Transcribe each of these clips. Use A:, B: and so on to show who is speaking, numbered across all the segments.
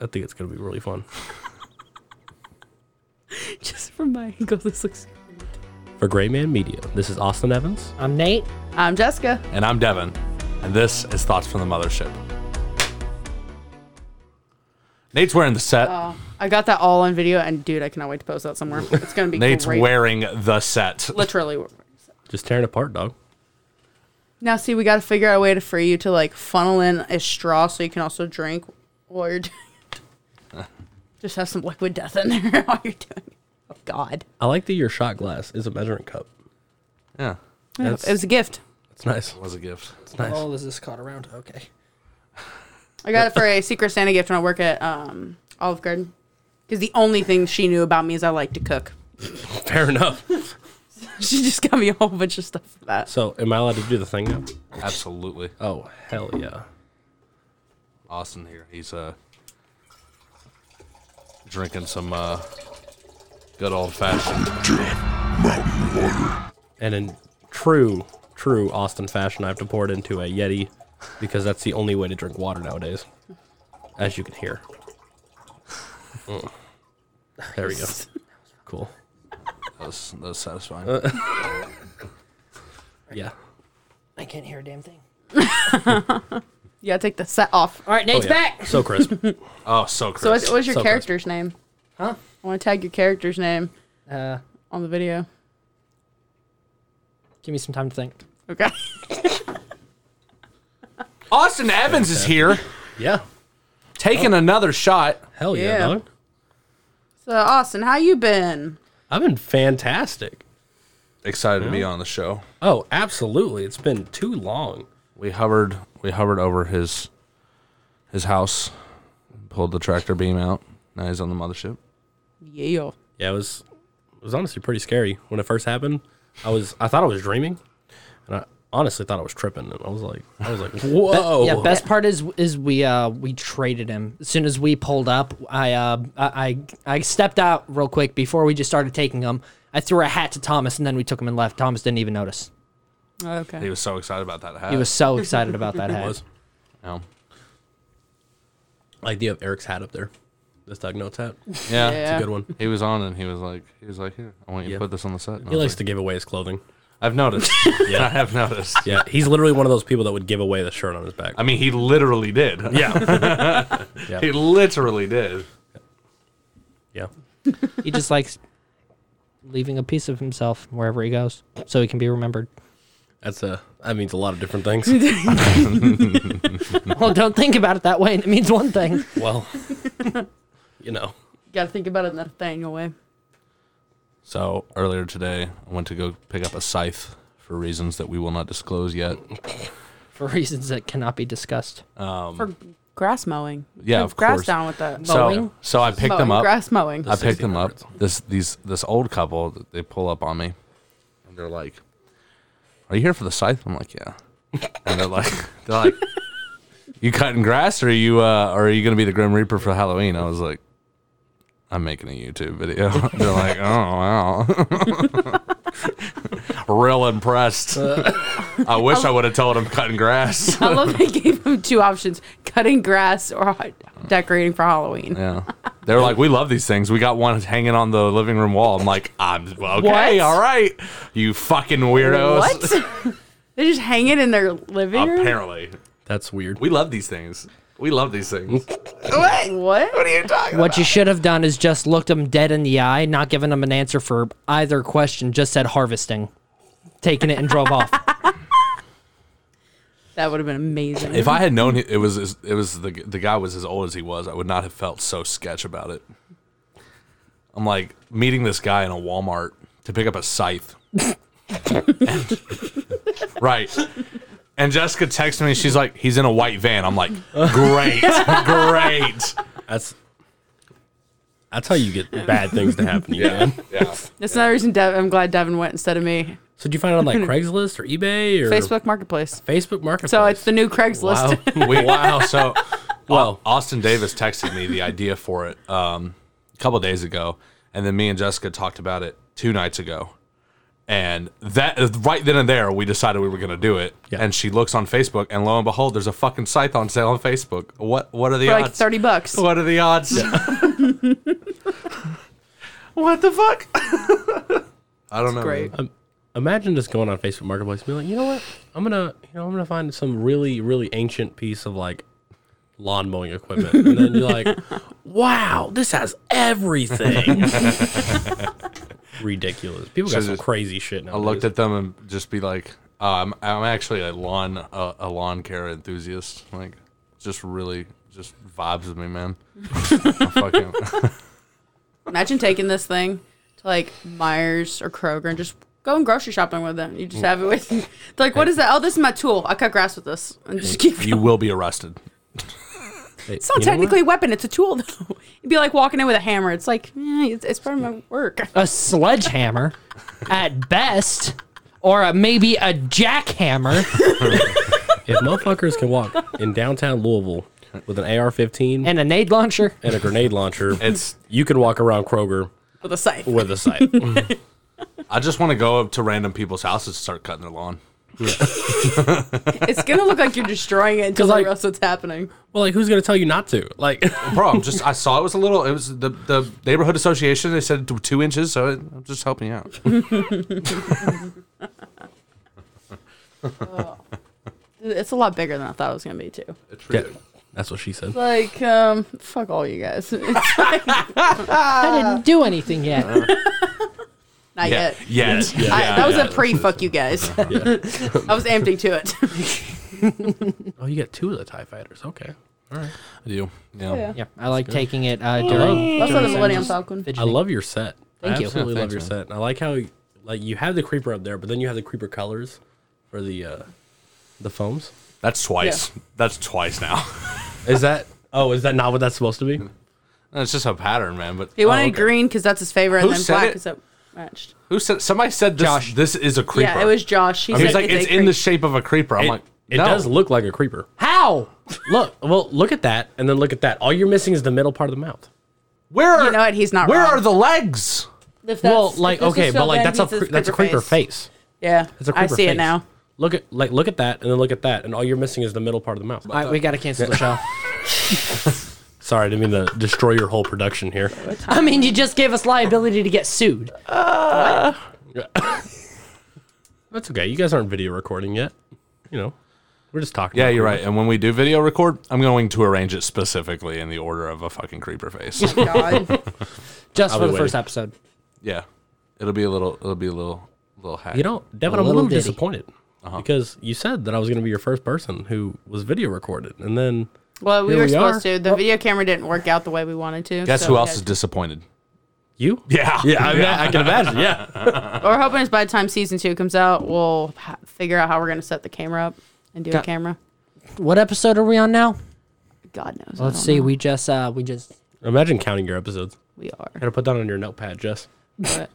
A: I think it's gonna be really fun.
B: Just from my angle, this looks.
A: For Gray Man Media, this is Austin Evans.
C: I'm Nate.
B: I'm Jessica.
D: And I'm Devin, and this is Thoughts from the Mothership. Nate's wearing the set.
B: I got that all on video, and dude, I cannot wait to post that somewhere. It's gonna be
D: Nate's
B: great.
D: wearing the set.
B: Literally.
A: Just tearing apart, dog.
B: Now, see, we gotta figure out a way to for you to like funnel in a straw so you can also drink while you're doing it. Just have some liquid death in there while you're doing it. Oh God,
A: I like that your shot glass is a measuring cup.
D: Yeah,
A: That's,
B: it was a gift.
A: that's nice.
D: was a gift.
A: It's nice.
C: Oh, is this caught around? Okay.
B: I got it for a Secret Santa gift when I work at um, Olive Garden. Because the only thing she knew about me is I like to cook.
A: Fair enough.
B: She just got me a whole bunch of stuff for that.
A: So, am I allowed to do the thing now?
D: Absolutely.
A: Oh, hell yeah.
D: Austin here. He's uh drinking some uh good old fashioned.
A: And in true, true Austin fashion, I have to pour it into a Yeti because that's the only way to drink water nowadays, as you can hear. Mm. There we go. Cool.
D: That was, that was satisfying.
A: Yeah.
C: I can't hear a damn thing.
B: You gotta take the set off.
C: All right, Nate's
A: Oh, yeah.
C: back.
A: So crisp.
D: oh, so
B: So,
D: crisp.
B: what's, what's your
A: So close.
B: character's name?
C: Huh?
B: I want to tag your character's name
C: Uh,
B: on the video.
C: give me some time to think.
B: Okay.
D: Austin Evans is here,
A: yeah.
D: taking another shot.
A: Hell yeah,
B: Yeah.
A: dog.
B: So, Austin, how you been?
A: I've been fantastic.
D: Excited to be on the show.
A: Oh, absolutely. It's been too long.
D: We hovered. We hovered over his his house, pulled the tractor beam out. Now he's on the mothership.
B: Yeah.
A: Yeah, it was it was honestly pretty scary when it first happened. I was I thought I was dreaming, and I honestly thought I was tripping. And I was like, I was like, whoa.
C: Yeah. Best part is is we uh we traded him. As soon as we pulled up, I uh I I I stepped out real quick before we just started taking him. I threw a hat to Thomas and then we took him and left. Thomas didn't even notice.
D: He
B: Okay.
D: was so excited about that hat.
C: He was so excited about that hat.
A: Uh, was
D: Yeah.
A: the idea of Eric's hat up there, this dog notes hat. It's
D: Yeah.
B: Yeah.
A: a good one.
D: He was on and he was like, he was like, here, I want you
A: Yeah.
D: to put this on the set. And I
A: He
D: was
A: likes
D: like,
A: to give away his clothing.
D: I've noticed. yeah, I have noticed.
A: Yeah, he's literally one of those people that would give away the shirt on his back.
D: I mean, he literally did.
A: yeah,
D: He literally did.
A: yeah.
C: He just likes leaving a piece of himself wherever he goes so he can be remembered.
A: That's a that means a lot of different things.
C: well, don't think about it that way. and It means one thing.
A: well, you know.
B: Gotta think about it in that thing away.
D: So earlier today, I went to go pick up a scythe for reasons that we will not disclose yet.
C: for reasons that cannot be discussed.
B: for grass mowing.
D: Um, Yeah,
B: Put
D: of
B: grass
D: course.
B: down with that.
D: So,
C: Mowing?
D: so I picked them
B: Mowing,
D: up.
B: Grass mowing.
D: I picked them up.
A: 1600s.
D: This these this old couple th- they pull up on me, and they're like, "Are you here for the scythe?" I'm like, "Yeah," and they're like, "They're like, you cutting grass or are you uh, or are you gonna be the Grim Reaper for Halloween?" I was like, "I'm making a YouTube video." they're like, "Oh wow." Real impressed. I wish I would have told him cutting grass.
B: I love they gave him two options: cutting grass or ho- decorating for Halloween.
D: Yeah. They were like, we love these things. We got one hanging on the living room wall. I'm like, I'm okay, all right. You fucking weirdos.
B: What? they just hang it in their living room.
D: Apparently.
A: That's weird.
D: We love these things. We love these things. what
B: What?
D: are you talking
C: What you should have done is just looked him dead in the eye, not given him an answer for either question, just said harvesting, taken it and drove off.
B: That would have been amazing.
D: If I had known it was it was the the guy was as old as he was, I would not have felt so sketch about it. I'm like meeting this guy in a Walmart to pick up a scythe. And- right. And Jessica texted me. She's like, "He's in a white van." I'm like, "Great, great."
A: That's that's how you get bad things to happen to you. Man.
D: Yeah.
B: That's another reason. Dev- I'm glad Devin went instead of me.
A: So, did you find it on like Craigslist or eBay or
B: Facebook Marketplace.
A: Facebook Marketplace.
B: So it's the new Craigslist.
A: wow.
D: We, wow. So,
A: Wow.
D: well, Austin Davis texted me the idea for it um, a couple days ago, and then me and Jessica talked about it two nights ago, And that right then and there, we decided we were going to do it.
A: Yeah.
D: And she looks on Facebook, and lo and behold, there's a fucking scythe on sale on Facebook. What What are the
B: For
D: odds?
B: like 30 bucks.
D: What are the odds? what the fuck? I don't know.
B: Great.
D: man.
A: Imagine just going on Facebook Marketplace and be like, you know what? I'm gonna, you know, I'm gonna find some really, really ancient piece of like lawn mowing equipment, and then you're like, wow, this has everything. Ridiculous. People got
D: So
A: some
D: just-
A: crazy shit now.
D: I looked at them and just be like, oh, I'm I'm actually a lawn uh, a lawn care enthusiast. Like, just really just vibes with me, man. I fucking,
B: Imagine taking this thing to like Myers or Kroger and just going grocery shopping with it. You just have it with you. They're like, what is that? Oh, this is my tool. I cut grass with this. And just keep
D: you
B: going.
D: will be arrested.
B: It's not technically a weapon. It's a tool, though. It'd be like walking in with a hammer. It's like, eh, it's, it's part of my work.
C: A sledgehammer, at best, or a, maybe a jackhammer.
A: If motherfuckers can walk in downtown Louisville with an AR-15
C: and a nade launcher.
A: and a grenade launcher,
D: It's
A: you can walk around Kroger
B: With a scythe.
A: with a scythe.
D: I just want to go up to random people's houses and start cutting their lawn.
B: It's going to look like you're destroying it until
A: 'Cause,
B: the
A: like-
B: rest of it's happening.
A: well, like, who's gonna tell you not to? Like,
D: Bro, I'm just I saw it was a little. It was the the neighborhood association. They said t- two inches, so it, I'm just helping you out.
B: It's a lot bigger than I thought it was going to be, too.
D: It's
A: yeah,
D: really-
A: that's what she said.
B: Like, um, fuck all you guys. It's like, Uh,
C: I didn't do anything yet.
B: not
D: Yeah.
B: yet.
D: Yes. Yeah.
B: I, that was
D: yeah.
B: a pre fuck you guys. I was empty to it.
A: Oh, you got two of the Tie Fighters. Okay.
D: I do. Yeah.
C: yeah, I like taking it uh, during.
B: That's
C: during
B: not the Millennium
C: sessions.
B: Falcon.
A: I
C: Fidgeting.
A: love your set.
C: Thank
A: I
C: you.
A: absolutely
D: Yeah,
A: love
D: thanks,
A: your set. And I like how like you have the creeper up there, but then you have the creeper colors for the uh the foams.
D: That's twice. That's twice now.
A: Is that oh, is that not what that's supposed to be?
D: it's just a pattern, man. But
B: He wanted
A: okay.
B: green because that's his favorite,
D: Oh, Who
B: and then
D: said
B: black
D: it?
B: because it matched.
D: who said? Somebody said this.
C: Josh.
D: This is a creeper.
B: Yeah, it was Josh. He
D: I
B: said
D: mean, it's like it's,
B: a
D: in
B: creep.
D: the shape of a creeper. I'm
A: It,
D: like,
A: it
D: no.
A: does look like a creeper.
C: How?
A: Look, well, look at that, and then look at that. All you're missing is the middle part of the mouth.
D: Where are,
B: You know what? He's not
D: Where
B: wrong.
D: are the legs?
B: If that's-
A: Well, like
B: if this
A: okay,
B: is
A: but
B: filled
A: like
B: in,
A: that's
B: he
A: a
B: says
A: cre- that's a creeper face.
B: Yeah,
A: It's a creeper
B: I see it
A: face.
B: now.
A: Look at like look at that, and then look at that, and all you're missing is the middle part of the mouth.
C: All right, we gotta cancel the show.
A: Sorry, I didn't mean to destroy your whole production here.
C: I mean, you just gave us liability to get sued.
A: That's okay. You guys aren't video recording yet. You know, we're just talking.
D: Yeah,
A: about
D: you're
A: creepers.
D: right. And when we do video record, I'm going to arrange it specifically in the order of a fucking creeper face.
B: God.
C: Just
A: I'll
C: for
A: be
C: the first
A: waiting.
C: episode.
D: yeah, it'll be a little. It'll be a little. Little hack.
A: You know, Devin, i
C: A
A: I'm a little
C: little
A: Uh-huh.
C: ditty.
A: disappointed because you said that I was going to be your first person who was video recorded, and then
B: well, we
A: Here
B: were
A: we
B: supposed
A: are.
B: to. The video camera didn't work out the way we wanted to.
D: Guess
B: so
D: who
B: we
D: else
B: had-
D: is disappointed?
A: you.
D: Yeah.
A: yeah, I, mean, I can imagine. Yeah,
B: We're hoping is by the time season two comes out, we'll ha- figure out how we're going to set the camera up and do
C: Got-
B: a camera.
C: What episode are we on now?
B: God knows. I
C: Let's
B: don't
C: see.
B: know.
C: We just uh we just
A: imagine counting your episodes.
B: We are.
A: Gotta put that on your notepad, Jess.
B: But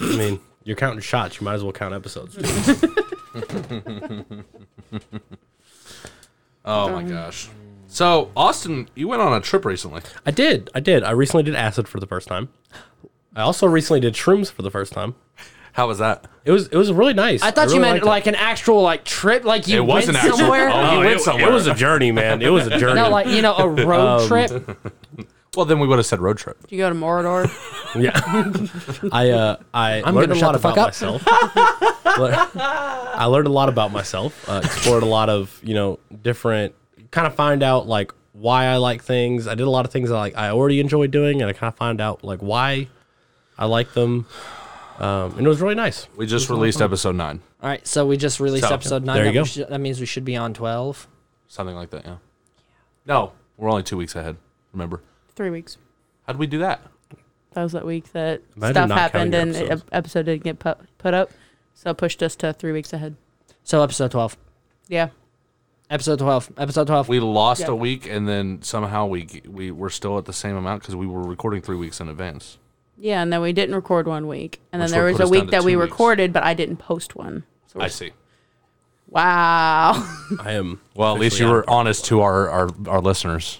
A: I mean, you're counting shots. You might as well count episodes.
D: Oh my gosh. So Austin, you went on a trip recently.
A: I did. I did. I recently did acid for the first time. I also recently did shrooms for the first time.
D: How was that?
A: It was it was really nice.
C: I thought
A: really
C: you meant
A: liked it.
C: like an actual like trip, like you
D: It was
C: went
D: an actual-
C: somewhere.
D: Oh, you
A: Oh,
D: went
A: it,
D: somewhere.
A: it was a journey, man. It was a journey.
C: No, like you know, a
D: Um,
C: road trip.
D: Well, then we would have said road trip.
B: you go to Morador.
A: Yeah. I uh I learned
C: gonna
A: a
C: shut
A: lot
C: the fuck
A: about
C: up.
A: myself. Le- I learned a lot about myself. Uh, explored a lot of you know different kind of find out like why I like things. I did a lot of things I like I already enjoy doing, and I kind of find out like why I like them. Um, and it was really nice.
D: We just released episode nine,
C: All right, so we just released
D: So,
C: episode nine.
A: there you
C: that, we
A: go.
C: should- that means we should be on twelve.
D: something like that. Yeah. No, we're only two weeks ahead. Remember?
B: Three weeks.
D: How did we do that?
B: That was that week that
A: Imagine
B: stuff
A: not
B: happened
A: counting
B: and
A: your
B: the
A: episodes.
B: ep- episode didn't get put, put up. So it pushed us to three weeks ahead.
C: So episode twelve.
B: Yeah.
C: Episode twelve. Episode twelve.
D: We lost
B: Yeah.
D: a week, and then somehow we we were still at the same amount because we were recording three weeks in advance.
B: Yeah, and then we didn't record one week. And
D: Which
B: then there
D: would
B: was a
D: put us down
B: week
D: to
B: that
D: two
B: we
D: weeks.
B: recorded, but I didn't post one. So we're
D: I
B: s-
D: see.
B: Wow.
A: I am
D: Well, at least you
A: officially out
D: were
A: of-
D: honest to our, our, our listeners.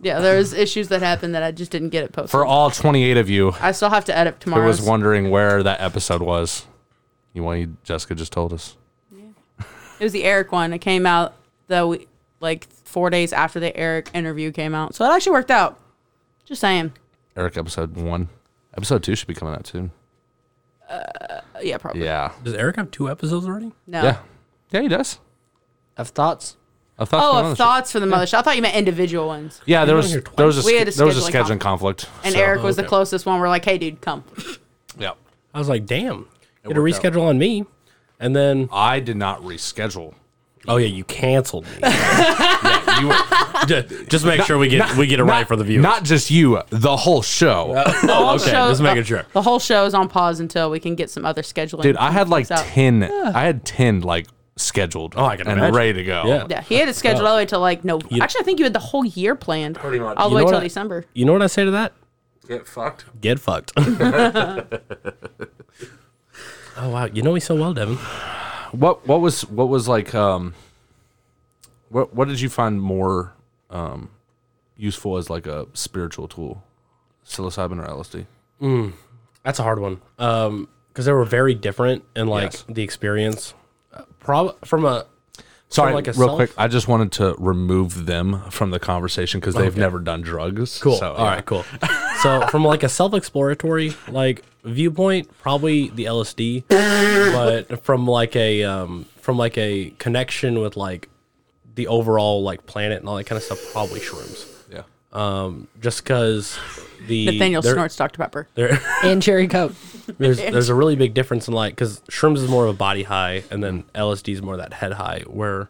B: yeah, there was issues that happened that I just didn't get it posted.
D: For all 28 of you
B: I still have to edit
D: who
B: tomorrow.
D: was wondering where that episode was, You want you? Jessica just told us.
B: It was the Eric one. It came out the we- like four days after the Eric interview came out, so it actually worked out. Just saying.
D: Eric episode one, episode two should be coming out soon.
B: Uh, yeah, probably.
D: Yeah,
A: Does Eric have two episodes already?
B: No.
D: yeah, yeah. He does.
C: Of thoughts?
D: I thought
B: Oh, of thoughts for the mothership. I thought you meant individual ones.
D: Yeah, there
A: We've
D: was
A: been here
D: there was a,
B: We had a
D: sch- there was a
B: scheduling
D: scheduling conflict.
B: And
D: so- Oh,
B: Eric was the
A: okay.
B: closest one. We're like, hey, dude, come.
D: Yeah,
A: I was like, damn, get a
D: worked out.
A: reschedule on me. And then,
D: I did not reschedule.
A: oh yeah, you canceled me.
D: You were-
A: just, just make sure we get we get it right for the viewers.
D: Not just you, the whole show.
B: whole
A: okay,
B: show-
A: just making sure.
B: The whole show is on pause until we can get some other scheduling.
D: Dude, I had like
B: So-
D: ten. I had ten like scheduled.
A: Oh, I can
D: and
A: imagine.
D: ready to go.
A: Yeah.
B: Yeah, he had it scheduled
A: Oh.
B: all the way till like no. Actually, I think you had the whole year planned, pretty much, all the
A: You know
B: way till
A: what?
B: December.
A: You know what I say to that?
D: Get fucked.
A: Get fucked. oh wow, you know me so well, Devin.
D: What What was What was like? Um, what What did you find more um, useful as like a spiritual tool, psilocybin or LSD?
A: That's a hard one. Um, because they were very different in like
D: Yes.
A: the experience. Uh, prob from a
D: Sorry,
A: like a
D: real
A: self?
D: quick. I just wanted to remove them from the conversation because they've
A: Okay.
D: never done drugs.
A: Cool.
D: So,
A: All right, cool. So from like a self-exploratory like viewpoint, probably the LSD, but from like a um from like a connection with like the overall like planet and all that kind of stuff, probably shrooms.
D: Yeah.
A: Just because the
B: Nathaniel
A: there-
B: snorts Dr Pepper.
A: there-
C: And cherry coke.
A: there's there's a really big difference in like because shrooms is more of a body high and then LSD is more of that head high. Where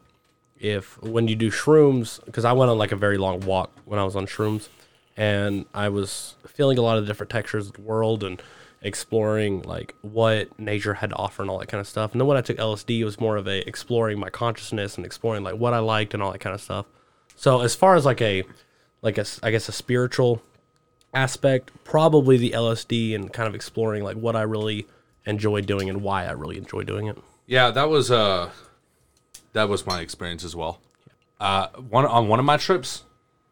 A: if when you do shrooms, because I went on like a very long walk when I was on shrooms, and I was feeling a lot of the different textures of the world and exploring like what nature had to offer and all that kind of stuff. And then when I took LSD, it was more of a exploring my consciousness and exploring like what I liked and all that kind of stuff. So as far as like a like a s- I guess a spiritual aspect, probably the LSD and kind of exploring like what I really enjoy doing and why I really enjoy doing it.
D: Yeah, that was uh, that was my experience as well. Uh, one on one of my trips,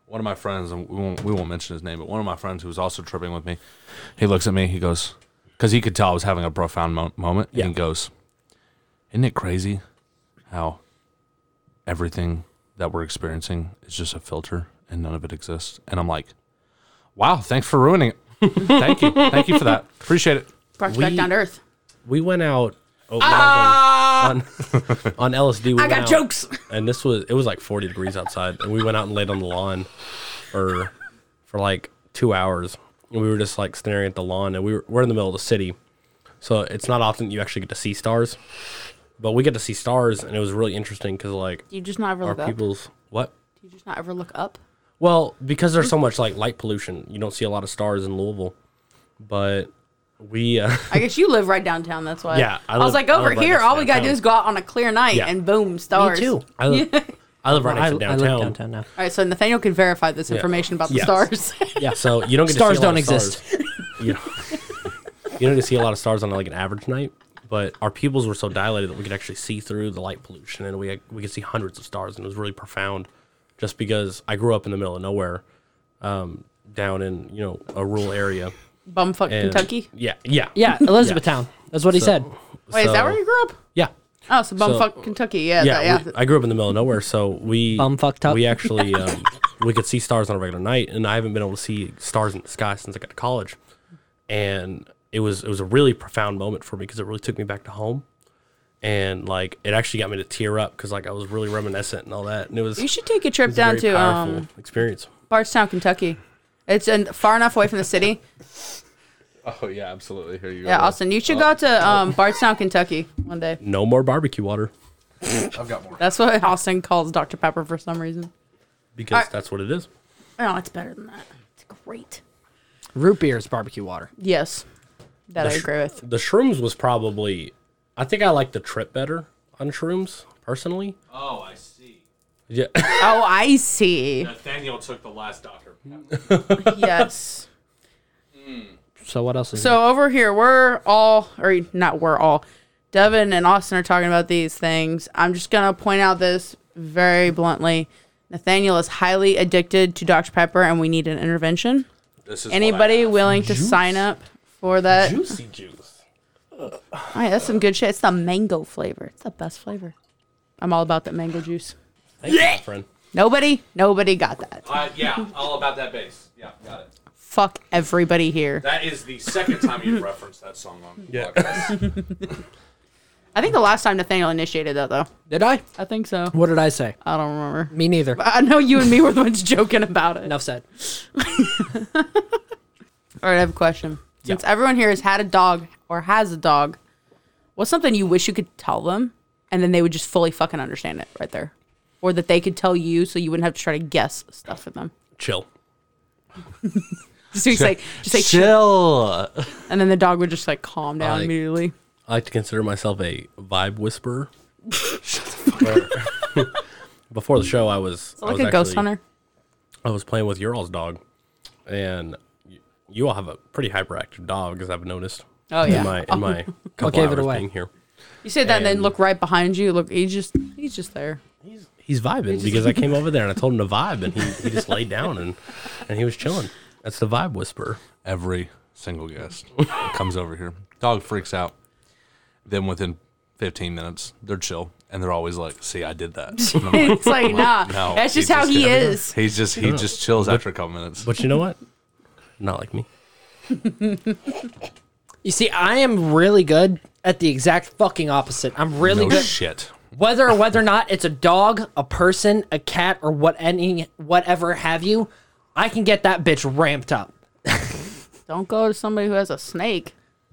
D: one of my friends, and we won't, we won't mention his name, but one of my friends who was also tripping with me, he looks at me, he goes, because he could tell I was having a profound mo- moment,
A: Yeah.
D: and he goes, "Isn't it crazy how everything that we're experiencing is just a filter and none of it exists?" And I'm like, "Wow, thanks for ruining it. Thank you, thank you for that. Appreciate it."
B: Brought you
A: We-
B: back down to earth.
A: We went out oh, when I was on, on, on LSD. We
B: Ah! I
A: went
B: got
A: out,
B: jokes.
A: and this was it was like 40 degrees outside, and we went out and laid on the lawn for for like two hours, and we were just like staring at the lawn, and we were we're in the middle of the city, so it's not often you actually get to see stars, but we get to see stars, and it was really interesting because like
B: Do you just not ever
A: our
B: look up?
A: people's what
B: Do you just not ever look up?
A: Well, because there's so much like light pollution, you don't see a lot of stars in Louisville. But we, uh,
B: I guess you live right downtown. That's why.
A: Yeah, I
B: I, was
A: live-
B: like
A: I
B: over
A: live right
B: here.
A: next
B: all we gotta do
A: downtown.
B: is go out on a clear night
A: Yeah.
B: and boom, stars.
C: too.
A: I live, I live right next
C: I,
A: to
C: I
A: downtown.
C: live downtown now.
B: All right, so Nathaniel can verify this information about the
A: Yes.
B: stars.
A: Yeah, so you don't get
C: Stars
A: to see a lot
C: don't
A: of
C: exist.
A: Stars. You, know, you don't get to see a lot of stars on like an average night. But our pupils were so dilated that we could actually see through the light pollution, and we we could see hundreds of stars, and it was really profound. Just because I grew up in the middle of nowhere, um, down in you know a rural area,
B: Bumfuck
A: And-
B: Kentucky.
A: Yeah, yeah,
C: Yeah, Elizabethtown. That's what he said.
B: Wait, is that
A: So-
B: where you grew up?
A: yeah.
B: Oh, so bumfuck Kentucky. Yeah,
A: yeah,
B: that- yeah.
A: we- I grew up in the middle of nowhere, so we
C: Bum fucked up.
A: We actually um, we could see stars on a regular night, and I haven't been able to see stars in the sky since I got to college, and it was it was a really profound moment for me because it really took me back to home, and like it actually got me to tear up because like I was really reminiscent and all that, and it was,
B: you
A: it
B: should take a trip
A: was a
B: down
A: very
B: to
A: powerful
B: um,
A: experience.
B: Bardstown, Kentucky. It's in, far enough away from the city.
D: Oh yeah, absolutely. Here you go.
B: Yeah, Austin, you should go to um, Bardstown, Kentucky one day.
A: No more barbecue water
D: I've got more.
B: That's what Austin calls Dr. Pepper for some reason.
A: because
B: I-
A: that's what it is.
B: No, Oh, it's better than that. It's great.
C: Root beer is barbecue water.
B: Yes, that I
A: sh-
B: agree with.
A: The shrooms was probably, I think I like the trip better on shrooms personally.
D: Oh, I see.
A: Yeah,
B: Oh, I see.
D: Nathaniel took the last doctor.
B: Yes.
C: So what else is
B: So over here, we're all, or not we're all, Devin and Austin are talking about these things. I'm just going to point out this very bluntly. Nathaniel is highly addicted to Dr. Pepper, and we need an intervention.
D: This is what I
B: Anybody
D: have.
B: willing to sign up for that?
A: juicy juice.
B: All right, that's some good shit. It's the mango flavor. It's the best flavor. I'm all about that mango juice.
A: Thank you, my friend.
B: Nobody, nobody got that.
D: Uh, yeah, all about that bass. Yeah, got it.
B: Fuck everybody here.
D: That is the second time you've referenced that song on
A: Yeah.
D: podcast.
B: I think the last time Nathaniel initiated that though.
C: Did I?
B: I think so.
C: What did I say?
B: I don't remember.
C: Me neither.
B: But I know you and me were the ones joking about it.
C: Enough said.
B: All right, I have a question. Since everyone here has had a dog or has a dog, what's something you wish you could tell them and then they would just fully fucking understand it right there? Or that they could tell you so you wouldn't have to try to guess stuff for them.
A: Chill.
B: Just so you say, just say chill.
D: Chill.
B: And then the dog would just like calm down
A: Like-
B: immediately.
A: I like to consider myself a vibe whisperer. Where- Before the show, I was I
B: Like
A: was
B: a ghost
A: actually-
B: hunter.
A: I was playing with your all's dog, and y- you all have a pretty hyperactive dog, as I've noticed.
B: Oh, yeah.
A: In my in my couple
C: gave it
A: hours
C: away?
A: being here,
B: You say that and then
A: And-
B: look right behind you. Look, he's just he's just there.
A: he's vibing because I came over there and I told him to vibe, and he, he just laid down and and he was chilling. That's the vibe whisperer.
D: Every single guest comes over here. Dog freaks out. Then within 15 minutes, they're chill. And they're always like, see, I did that. And I'm like,
B: It's like nah.
D: no,
B: that's
D: he
B: just how he
D: didn't.
B: is.
D: He's just he just chills after a couple minutes.
A: But you know what? Not like me.
C: You see, I am really good at the exact fucking opposite. I'm really
D: No
C: good.
D: shit.
C: whether or whether or not it's a dog, a person, a cat, or what any whatever have you, I can get that bitch ramped up.
B: Don't go to somebody who has a snake.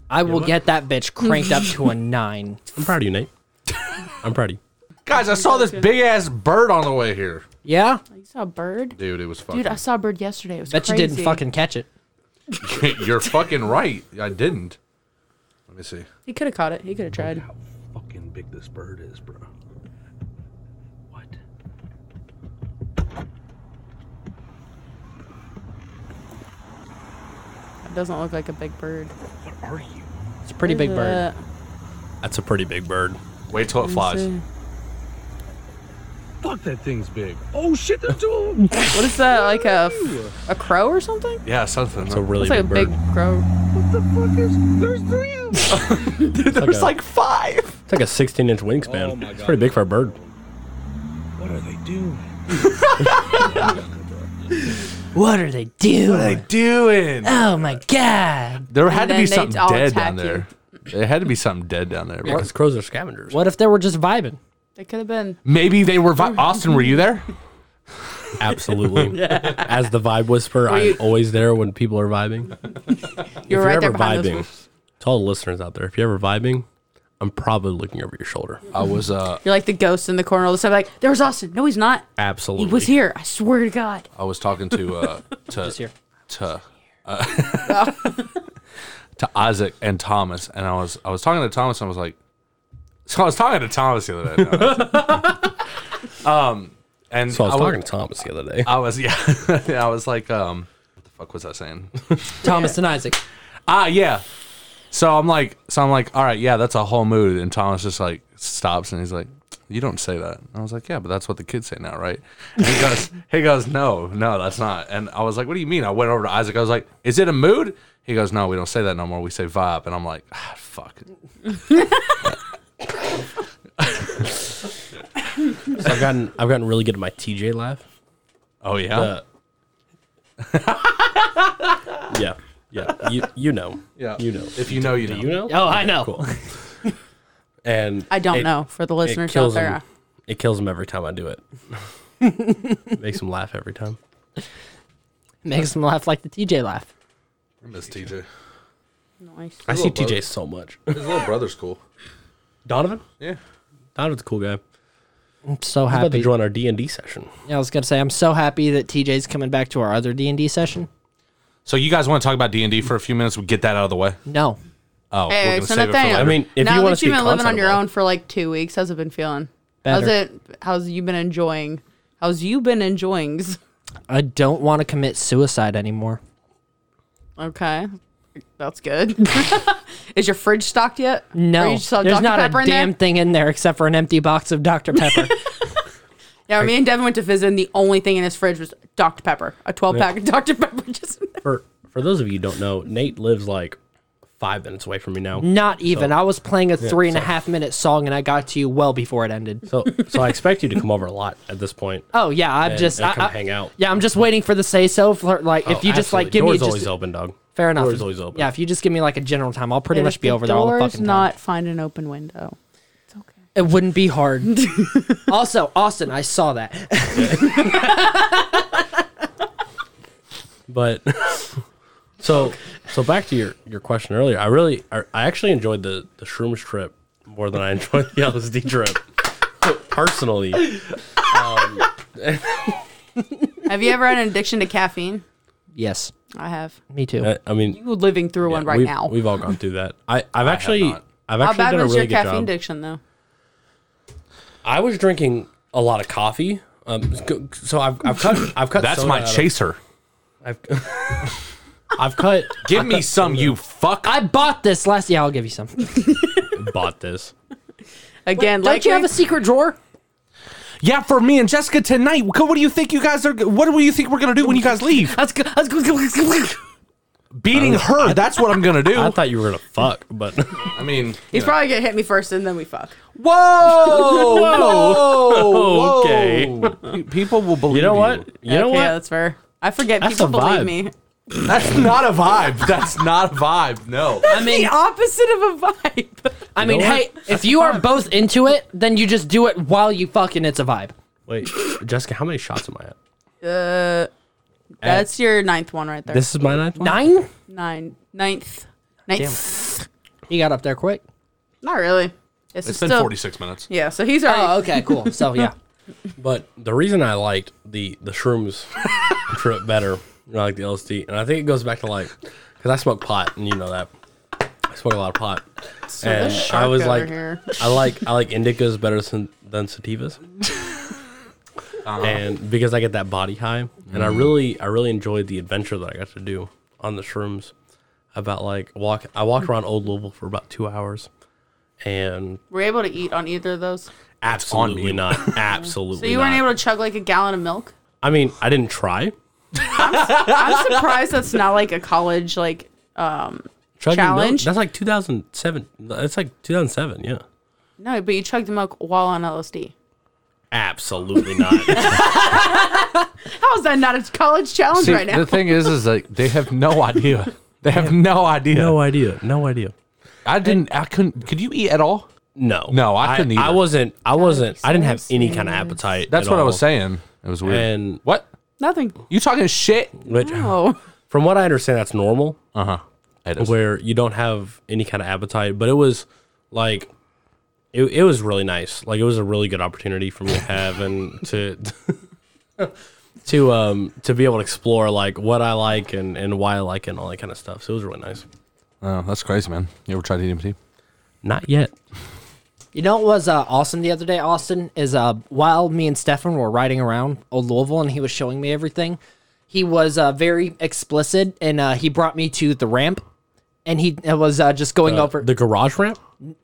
C: I will get that bitch cranked up to a nine.
A: I'm proud of you, Nate. I'm proud of you.
D: Guys, I saw this big ass bird on the way here.
C: Yeah,
B: You saw a bird?
D: Dude, it was fucking.
B: Dude, I saw a bird yesterday. It was
C: bet
B: crazy.
C: you didn't fucking catch it.
D: You're fucking right. I didn't. Let me see.
B: He could have caught it. He could have tried.
D: How fucking big this bird is, bro. What?
B: It doesn't look like a big bird.
D: What are you?
C: It's a pretty big bird.
A: That's a pretty big bird.
D: Wait till it flies.
E: Fuck, that thing's big. Oh shit, there's two of 'em.
B: What is that? Like a a crow or something?
D: Yeah, something.
A: It's a really
B: It's like a
A: big bird.
B: big crow.
E: What the fuck is? There's three of 'em.
A: There's like
D: five.
A: it's like a 16 inch wingspan.
E: Oh my
A: it's
E: God.
A: pretty big for a bird.
E: What are they doing?
A: Uh,
C: What are they doing?
D: What are they doing?
C: oh my god!
D: There had to
B: then
D: be
B: they
D: something
B: all
D: dead down
B: attack
D: there. There had to be something dead down there. bro.
A: Because crows are scavengers.
C: What if they were just vibing?
B: They could have been.
D: Maybe they were. Vi- Austin, were you there?
A: Absolutely. As the vibe whisperer,
B: you-
A: I'm always there when people are vibing.
B: You're
A: if
B: right
A: you're
B: there
A: ever
B: behind those
A: vibing, to all the listeners out there, if you're ever vibing, I'm probably looking over your shoulder.
D: I was. Uh,
B: You're like the ghost in the corner. All the time, like there was Austin. No, he's not.
A: Absolutely.
B: He was here. I swear to God.
D: I was talking to uh, to
C: Just here.
D: to uh, to Isaac and Thomas, and I was I was talking to Thomas, and I was like, so I was talking to Thomas the other day, um, and
A: So I was
D: wa-
A: talking to Thomas the other day.
D: I was yeah, I was like, um, what the fuck was I saying?
C: Thomas and Isaac.
D: ah, yeah. So I'm like, so I'm like, all right, yeah, that's a whole mood, and Thomas just like stops, and he's like. You don't say that. And I was like, yeah, but that's what the kids say now, right? And he goes, he goes, no, no, that's not. And I was like, what do you mean? I went over to Isaac. I was like, is it a mood? He goes, no, we don't say that no more. We say vibe. And I'm like, ah, fuck.
A: So I've gotten I've gotten really good at my TJ laugh.
D: Oh yeah,
A: Uh, yeah. Yeah. You you know.
D: yeah.
A: You know.
D: If you know, you
A: Do
D: know.
A: you know?
C: Oh, I know.
A: Cool. And
B: I don't
A: it-
B: know. For the
A: It
B: listeners out
A: kills
B: there,
A: him. It kills him every time I do it. Makes him laugh every time.
C: Makes them laugh like the TJ laugh.
D: I miss TJ.
B: Nice.
A: I see
D: Hello,
A: TJ so much.
D: His little brother's cool.
A: Donovan?
D: Yeah.
A: Donovan's a cool guy.
C: I'm so
A: He's about to
C: happy.
A: join our D and D session.
C: Yeah, I was gonna say I'm so happy that TJ's coming back to our other D and D session.
D: So you guys want to talk about D and D for a few minutes? We get that out of the way.
C: No,
D: Oh,
B: Hey, so Nathaniel.
A: I mean, if
B: now
A: you want to
B: that
A: see
B: you've been living on your
A: concept
B: own for like two weeks, how's it been feeling? How's
C: Better.
B: it? How's you been enjoying? How's you been enjoying?
C: I don't want to commit suicide anymore.
B: Okay, that's good. Is your fridge stocked yet? Or
C: No,
B: you just saw
C: there's
B: Dr.
C: not
B: Pepper
C: a
B: in there?
C: damn thing in there except for an empty box of Dr. Pepper.
B: Yeah, me and Devin went to visit, and the only thing in his fridge was Dr. Pepper, a 12 pack of Dr. Pepper. Just
A: for for those of you who don't know, Nate lives like five minutes away from me now.
C: Not even. I was playing a three and a half minute song and I got to you well before it ended.
A: So, so I expect you to come over a lot at this point.
C: Oh yeah, I'm
A: And-
C: just
A: and
C: I-
A: come
C: I-
A: hang out.
C: Yeah, I'm just waiting for the say so. For, like, if
A: Oh,
C: you just like
A: absolutely. doors
C: give me
A: always
C: just
A: open, dog.
C: fair enough.
A: Doors always open.
C: Yeah, if you just give me like a general time, I'll pretty
B: And
C: much
B: if
C: be over there all the
B: doors
C: fucking time.
B: not find an open window. It's okay.
C: It wouldn't be hard. also, Austin, I saw that.
A: but so so back to your your question earlier. I really I, I actually enjoyed the the shrooms trip more than I enjoyed the LSD trip personally.
B: Have you ever had an addiction to caffeine?
C: yes,
B: I have.
C: me too.
A: I, I mean,
B: You're living through one
A: yeah,
B: right
A: we've,
B: now.
A: we've all gone through that. I I've actually
D: not.
A: I've
B: How
A: actually
B: bad
A: done a
B: was
A: really
B: your
A: good
B: caffeine
A: job.
B: addiction though?
A: I was drinking a lot of coffee. Um, so I've, I've cut I've cut
D: That's
A: soda
D: my
A: out of-
D: chaser.
A: I've, I've cut
D: Give me some, you fuck.
C: I bought this last. Yeah, I'll give you some.
A: bought this.
B: Again, like
C: Don't you have a secret drawer?
D: Yeah, for me and Jessica tonight. What do you think you guys are? What do you think we're gonna do when you guys leave?
C: Let's go. Let's go. let's go- let's go.
D: Beating her. That's what I'm gonna do.
A: I thought you were gonna fuck, but
D: I mean,
B: He's probably gonna hit me first and then we fuck.
D: Whoa! whoa!
A: Okay.
D: Pe- People will believe
A: you know what? You know
B: okay,
A: what?
B: Yeah, that's fair. I forget
A: That's
B: people
A: a
B: believe
A: vibe.
B: me.
D: That's not a vibe. That's not a vibe. No.
C: I mean,
B: Opposite of a vibe.
C: I mean,
A: know what?
C: hey, if you are both into it, then you just do it while you fucking. It's a vibe.
A: Wait, Jessica, how many shots am I at?
B: That's your ninth one right there.
A: This is my ninth one.
C: Nine.
B: Nine. Ninth. Ninth.
C: You got up there quick.
B: Not really. This is
D: It's been
B: still,
D: 46 minutes.
B: Yeah, so he's already.
C: Oh, okay, cool. So yeah,
A: But the reason I liked the the shrooms trip better, than I like the LSD, and I think it goes back to like, because I smoke pot, and you know that I smoke a lot of pot, and I was
B: over
A: like,
B: here.
A: I like I like indicas better than than sativas,
B: Uh-huh.
A: and because I get that body high, and I really I really enjoyed the adventure that I got to do on the shrooms. About like walk, I walked around Old Louisville for about two hours, and
B: Were you able to eat on either of those?
A: absolutely
D: mute.
A: not, absolutely.
B: So you
A: not.
B: weren't able to chug like a gallon of milk?
A: I mean, I didn't try.
B: I'm surprised that's not like a college like
A: Chugging
B: Challenge?
A: Milk, that's like 2007. That's like 2007. Yeah.
B: no, but you chugged the milk while on LSD.
A: Absolutely not.
B: How is that not a college challenge
D: See,
B: right now?
D: the thing is, is like they have no idea. They have no idea.
A: no idea. No idea.
D: I didn't. I couldn't. Could you eat at all?
A: No.
D: No, I couldn't
A: I
D: either.
A: wasn't. I wasn't. I didn't have any kind of appetite.
D: That's
A: at
D: what I
A: all.
D: was saying. It was weird.
A: And
D: what?
B: Nothing.
D: You talking shit?
A: which,
B: Oh,
A: from what I understand, that's normal,
D: Uh huh. It is.
A: where you don't have any kind of appetite. But it was like, it, it was really nice. Like it was a really good opportunity for me to have and to. To um to be able to explore like what I like and, and why I like it and all that kind of stuff, so it was really nice.
D: Oh, that's crazy, man. You ever tried DMT?
A: Not yet.
C: you know what was uh, awesome the other day, Austin, is uh, while me and Stefan were riding around old Louisville and he was showing me everything, he was uh, very explicit and uh, he brought me to the ramp, and he uh, was uh, just going over.
A: The garage ramp?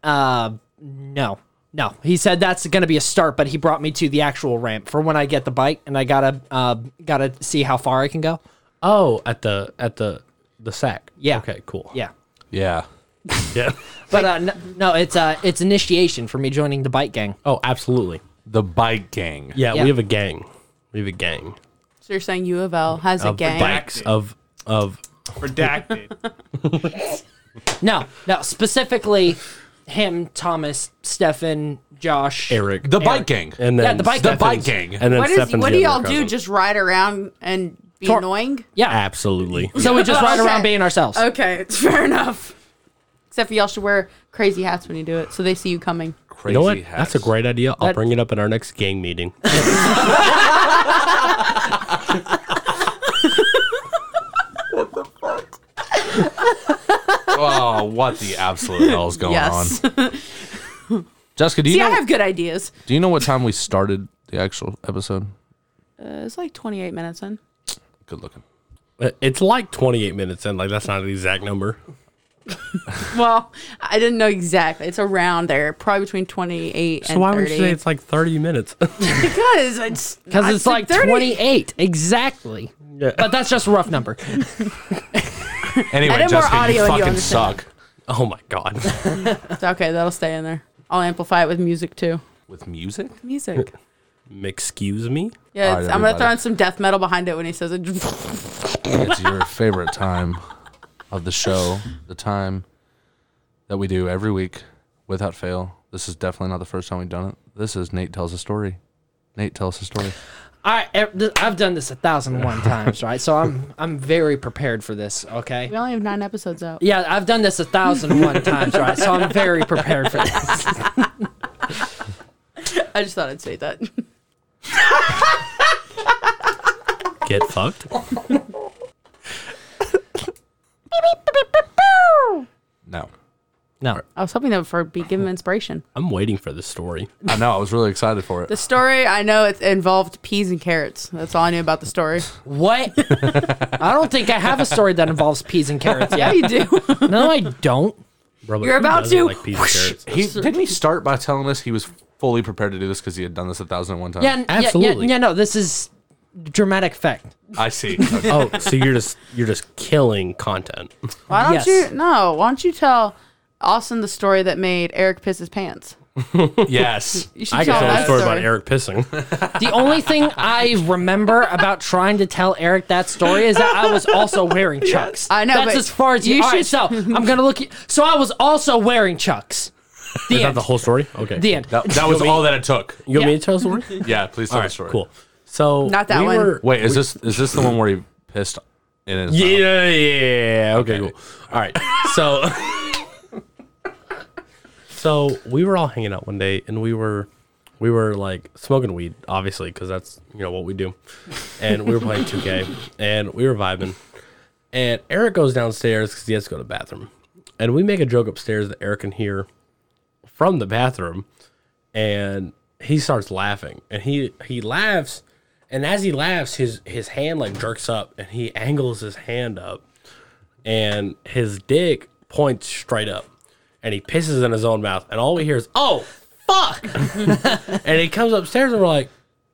C: Uh, no, no. He said that's gonna be a start, but he brought me to the actual ramp for when I get the bike, and I gotta uh gotta see how far I can go.
A: Oh, at the at the the sack.
C: Yeah.
A: Okay. Cool.
C: Yeah,
D: Yeah.
A: Yeah.
C: but uh, no, no, it's uh it's initiation for me joining the bike gang.
A: Oh, absolutely.
D: The bike gang.
A: Yeah,
C: Yeah.
A: We have a gang. We have a gang.
B: so you're saying U of L has a
A: Of
B: gang?
A: bikes of of.
F: Redacted.
C: No, no, specifically him, Thomas, Stefan, Josh,
A: Eric.
D: The bike gang.
A: and then
C: Yeah, the bike-
D: the bike
A: Stefan's-
D: gang.
A: And then
B: What, is,
A: Stefan's
B: what
A: the
B: do y'all
A: other
B: do?
A: cousin.
B: Just ride around and be
C: Tor-
B: annoying?
C: Yeah,
A: absolutely.
C: so we just ride
B: Oh, Okay.
C: around being ourselves.
B: Okay, it's fair enough. Except for y'all should wear crazy hats when you do it, so they see you coming.
D: Crazy
A: You know what? That's a great idea. I'll
C: That-
A: bring it up in our next gang meeting.
D: Oh, what the absolute hell is going
B: yes.
D: on? Jessica, do you
B: see,
D: know
B: I have good ideas.
D: do you know what time we started the actual episode?
B: Uh, it's like 28 minutes in.
D: Good looking.
A: But It's like 28 minutes in. Like that's not an exact number.
B: Well, I didn't know exactly. It's around there, probably between 28
A: So
B: and
A: why
B: 30.
A: would you say it's like 30 minutes?
B: because it's
C: Because it's like
B: 30.
C: 28 exactly,
A: yeah.
C: but that's just a rough number.
D: Anyway,
B: have more
D: Jessica,
B: audio and
D: you
B: you
D: fucking
B: understand.
D: suck.
A: Oh my god.
B: It's okay, that'll stay in there. I'll amplify it with music too.
D: With music?
B: Music.
A: Excuse me?
B: Yeah,
D: All right,
B: it's, I'm gonna throw
D: everybody.
B: in some death metal behind it when he says it.
D: It's your favorite time of the show, the time that we do every week without fail. This is definitely not the first time we've done it. This is Nate tells a story. Nate tells a story.
C: I ev- th- I've done this a thousand and one times, right? So I'm I'm very prepared for this. Okay.
B: We only have nine episodes out.
C: Yeah, I've done this a thousand and one times, right? So I'm very prepared for this.
B: I just thought I'd say that.
A: Get fucked.
D: No.
C: No.
B: I was hoping that would be give him inspiration.
A: I'm waiting for this story.
D: I know. I was really excited for
B: The
D: it.
B: story I know it involved peas and carrots. That's all I knew about the story.
C: What? I don't think I have a story that involves peas and carrots
B: Yeah,
C: yet.
B: you do.
C: No, I don't.
A: Bro, but
B: You're
A: who
B: about
A: doesn't
B: to-
A: Like peas and carrots?
D: He didn't he start by telling us he was fully prepared to do this because he had done this a thousand and one times.
C: Yeah, n- yeah,
A: Absolutely.
C: Yeah, yeah, no, this is dramatic effect.
D: I see. Okay.
A: Oh, so you're just you're just killing content.
B: Why don't
C: Yes.
B: you? No, why don't you tell Austin the story that made Eric piss his pants?
D: yes.
B: You should
A: I can
B: tell
A: tell
B: that
A: a
B: story.
A: story about Eric pissing.
C: The only thing I remember about trying to tell Eric that story is that I was also wearing chucks.
B: I know,
C: That's
B: but
C: as far as
B: you
C: you. All right,
B: should-
C: so I'm gonna look. At, so I was also wearing chucks. The
A: Is that
C: end.
A: the whole story? Okay.
C: the end.
D: That, that was all that it took.
A: You want
C: Yeah.
A: me to tell a story?
D: Yeah, please tell
A: All
D: the
A: right,
D: story.
A: cool. So
B: Not that
A: we
B: one.
A: were-
D: Wait, is this is this the one where he pissed in his mouth?
A: Yeah, yeah, yeah, yeah. Okay, cool. All right. So So we were all hanging out one day and we were we were like smoking weed, obviously, because that's you know what we do. And we were playing 2K and we were vibing. And Eric goes downstairs because he has to go to the bathroom. And we make a joke upstairs that Eric can hear from the bathroom and he starts laughing and he he laughs and as he laughs his his hand like jerks up and he angles his hand up and his dick points straight up and he pisses in his own mouth and all we hear is oh fuck and he comes upstairs and we're like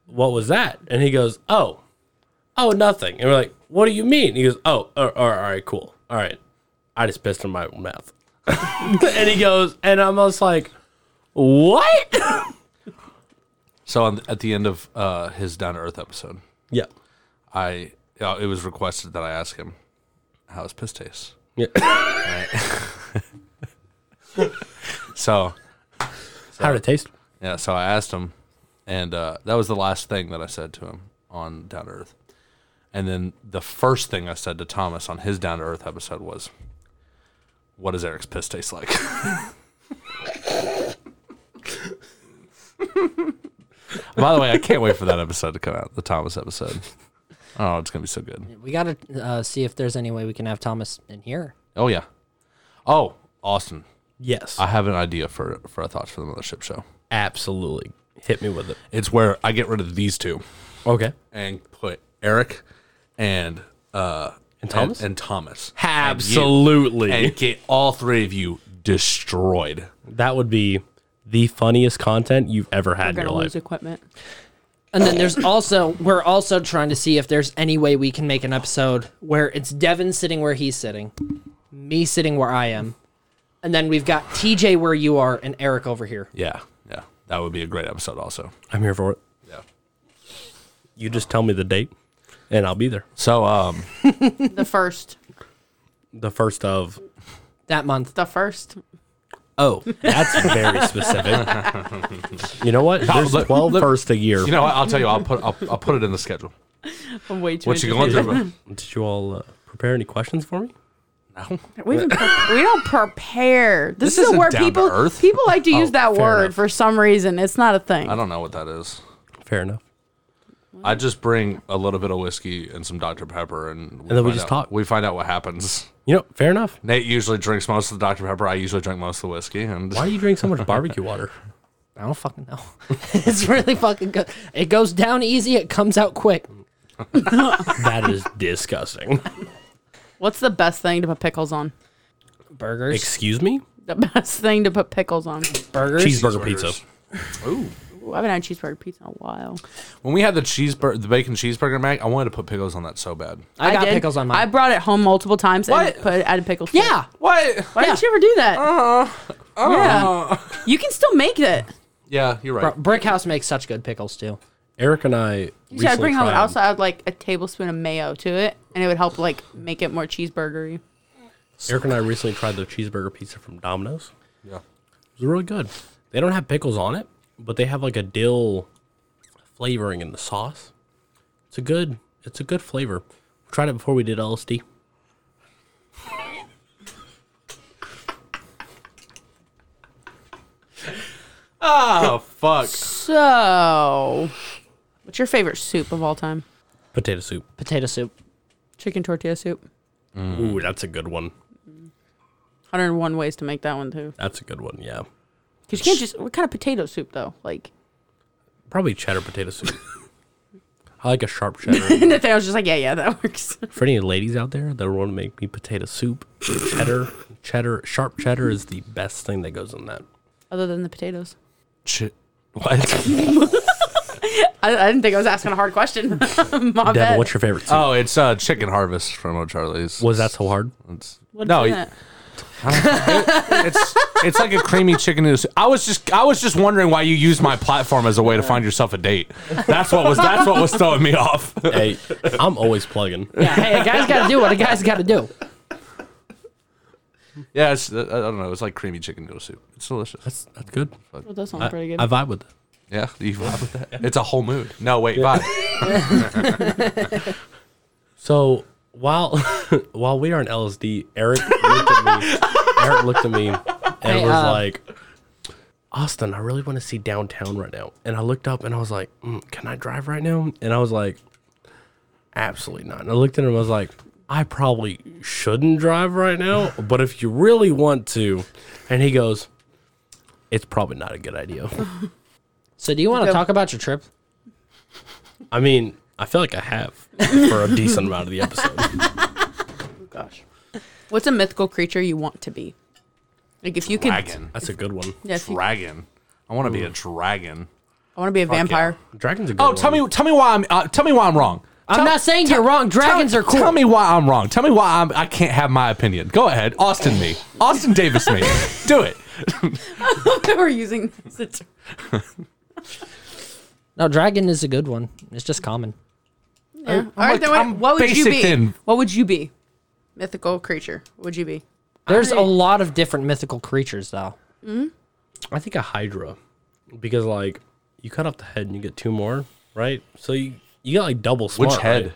A: what was that and he goes oh oh nothing and we're like what do you mean he goes oh all right, all right cool all right i just pissed in my mouth and he goes and i'm just like what
D: So on, at the end of uh, his Down to Earth episode,
A: yeah
D: I uh, it was requested that I ask him how his piss tastes.
A: Yeah.
D: So
A: How did it taste?
D: yeah, so I asked him, and uh, that was the last thing that I said to him on Down to Earth. And then the first thing I said to Thomas on his Down to Earth episode was, "What does Eric's piss taste like?" By the way, I can't wait for that episode to come out, the Thomas episode. Oh, it's gonna be so good.
C: We gotta uh, see if there's any way we can have Thomas in here.
D: Oh yeah. Oh, Austin,
A: Yes.
D: I have an idea for for a thoughts for the mothership show.
A: absolutely. Hit me with it.
D: It's where I get rid of these two
A: Okay.
D: and put Eric and uh and
A: Thomas?
D: and, Thomas
A: Absolutely.
D: and get all three of you destroyed.
A: that would be the funniest content you've ever had
B: We're
A: in your
B: gonna lose
A: life.
B: equipment.
C: And then there's also we're also trying to see if there's any way we can make an episode where it's Devin sitting where he's sitting, me sitting where I am, and then we've got TJ where you are and Eric over here.
D: Yeah, yeah, that would be a great episode. Also,
A: I'm here for it.
D: yeah.
A: You just tell me the date and I'll be there.
D: So um,
B: The first,
A: The first of
C: That month.
B: the first.
A: Oh, that's very specific. you know what? There's
D: look-
A: 12 first a year.
D: you know, what? I'll tell you, I'll put I'll, I'll put it in the schedule.
B: I'm way too.
D: What you going through? bro?
A: Did you all uh, prepare any questions for me?
B: We, even pre- we don't prepare. This, is
D: This
B: a
D: isn't
B: word
D: down to
B: people
D: earth.
B: people like to use that
A: fair
B: word
A: enough.
B: for some reason. It's not a thing.
D: I don't know what that is.
A: Fair enough.
D: I just bring a little bit of whiskey and some Dr Pepper, and
A: then we
D: find
A: just
D: out-
A: talk.
D: We find out what happens.
A: You know, fair enough.
D: Nate usually drinks most of the Dr. Pepper. I usually drink most of the whiskey. And
A: Why do you drink so much barbecue water?
C: I don't fucking know. it's really fucking good. It goes down easy, it comes out quick.
A: That is disgusting.
B: What's the best thing to put pickles on?
C: Burgers.
A: Excuse me?
B: The best thing to put pickles on.
C: burgers.
A: Cheeseburger pizza.
D: Ooh.
B: Ooh, I haven't had cheeseburger pizza in a while.
D: When we had the cheeseburger, the bacon cheeseburger mac, I wanted to put pickles on that so bad.
C: I, got
B: did.
C: pickles on
B: I
C: mine.
B: brought it home multiple times
D: What?
B: and put added pickles. to it.
C: yeah.
D: What? Oh.
B: Why didn't you ever do that? Uh-uh. Yeah. You can still make it.
D: Yeah, you're right.
C: Bro, Brick House makes such good pickles too.
A: Eric and I.
B: You said I'd
A: recently
B: bring home
A: tried-
B: also add like a tablespoon of mayo to it, and it would help like make it more cheeseburgery.
A: Eric and I recently tried the cheeseburger pizza from Domino's.
D: Yeah.
A: It was really good. They don't have pickles on it, but they have like a dill flavoring in the sauce. It's a good. It's a good flavor. We tried it before we did LSD.
D: Oh fuck.
B: So, what's your favorite soup of all time?
A: Potato soup.
C: Potato soup.
B: Chicken tortilla soup.
A: Ooh, that's a good one.
B: 101 ways to make that one too.
A: That's a good one. Yeah.
B: Because you can't just. What kind of potato soup though? Like
A: Probably cheddar potato soup. I like a sharp cheddar.
B: Nathaniel's just like, yeah, yeah, that works.
A: For any ladies out there that want to make me potato soup, cheddar, cheddar, sharp cheddar is the best thing that goes in that.
B: Other than the potatoes,
D: Ch- what?
B: I, I didn't think I was asking a hard question. My
A: Devin,
B: bad.
A: what's your favorite soup?
D: oh, it's uh, chicken harvest from O'Charlie's.
A: Was that so hard?
D: It's,
B: What's
D: no,
B: in
D: y-
B: it?
D: it's it's like a creamy chicken noodle. soup. I was just I was just wondering why you used my platform as a way to find yourself a date. That's what was that's what was throwing me off.
A: hey, I'm always plugging.
C: Yeah. Hey, a guy's got to do what a guy's got to do.
D: yeah, it's, I don't know. It's like creamy chicken noodle soup. It's delicious.
A: That's that's good.
B: Well, that sounds
A: I,
B: pretty good.
A: I vibe with it.
D: Yeah, do you vibe with that? It's a whole mood. No, wait, vibe.
A: So while while we are on LSD, Eric looked at me. Eric looked at me and
C: Hey,
A: was
D: um,
C: uh,
A: like, "Austin, I really want to see downtown right now." And I looked up and I was like, mm, "Can I drive right now?" And I was like, "Absolutely not." And I looked at him and I was like, "I probably shouldn't drive right now, but if you really want to," and he goes, "It's probably not a good idea."
C: So, do you want to
B: Okay.
C: talk about your trip?
A: I mean, I feel like I have for a decent amount of the episode.
B: Gosh, what's a mythical creature you want to be? Like if you could,
D: Dragon.
A: That's a good one.
B: yeah, if you-
D: Dragon. I want to be a dragon.
B: I want to be a vampire.
A: Dragon's a good
D: Oh,
A: one.
D: tell me, tell me why I'm, uh, tell me why I'm wrong.
C: I'm
D: Tell-
C: not saying
D: tell-
C: you're wrong. Dragons
D: tell-
C: are cool.
D: Tell me why I'm wrong. Tell me why I'm, I can't have my opinion. Go ahead, Austin me, Austin Davis me. Do it.
B: We're using this. as a-
C: No, dragon is a good one. It's just common.
B: Yeah. All right,
D: like-
B: then what,
D: I'm
B: what would you be?
D: basic in-
B: What would you be? Mythical creature. What would you be?
C: There's a
B: Alright.
C: lot of different mythical creatures, though.
A: I think a Hydra, because like you cut off the head and you get two more, right? So you you got like double smart.
D: Which head?
A: right?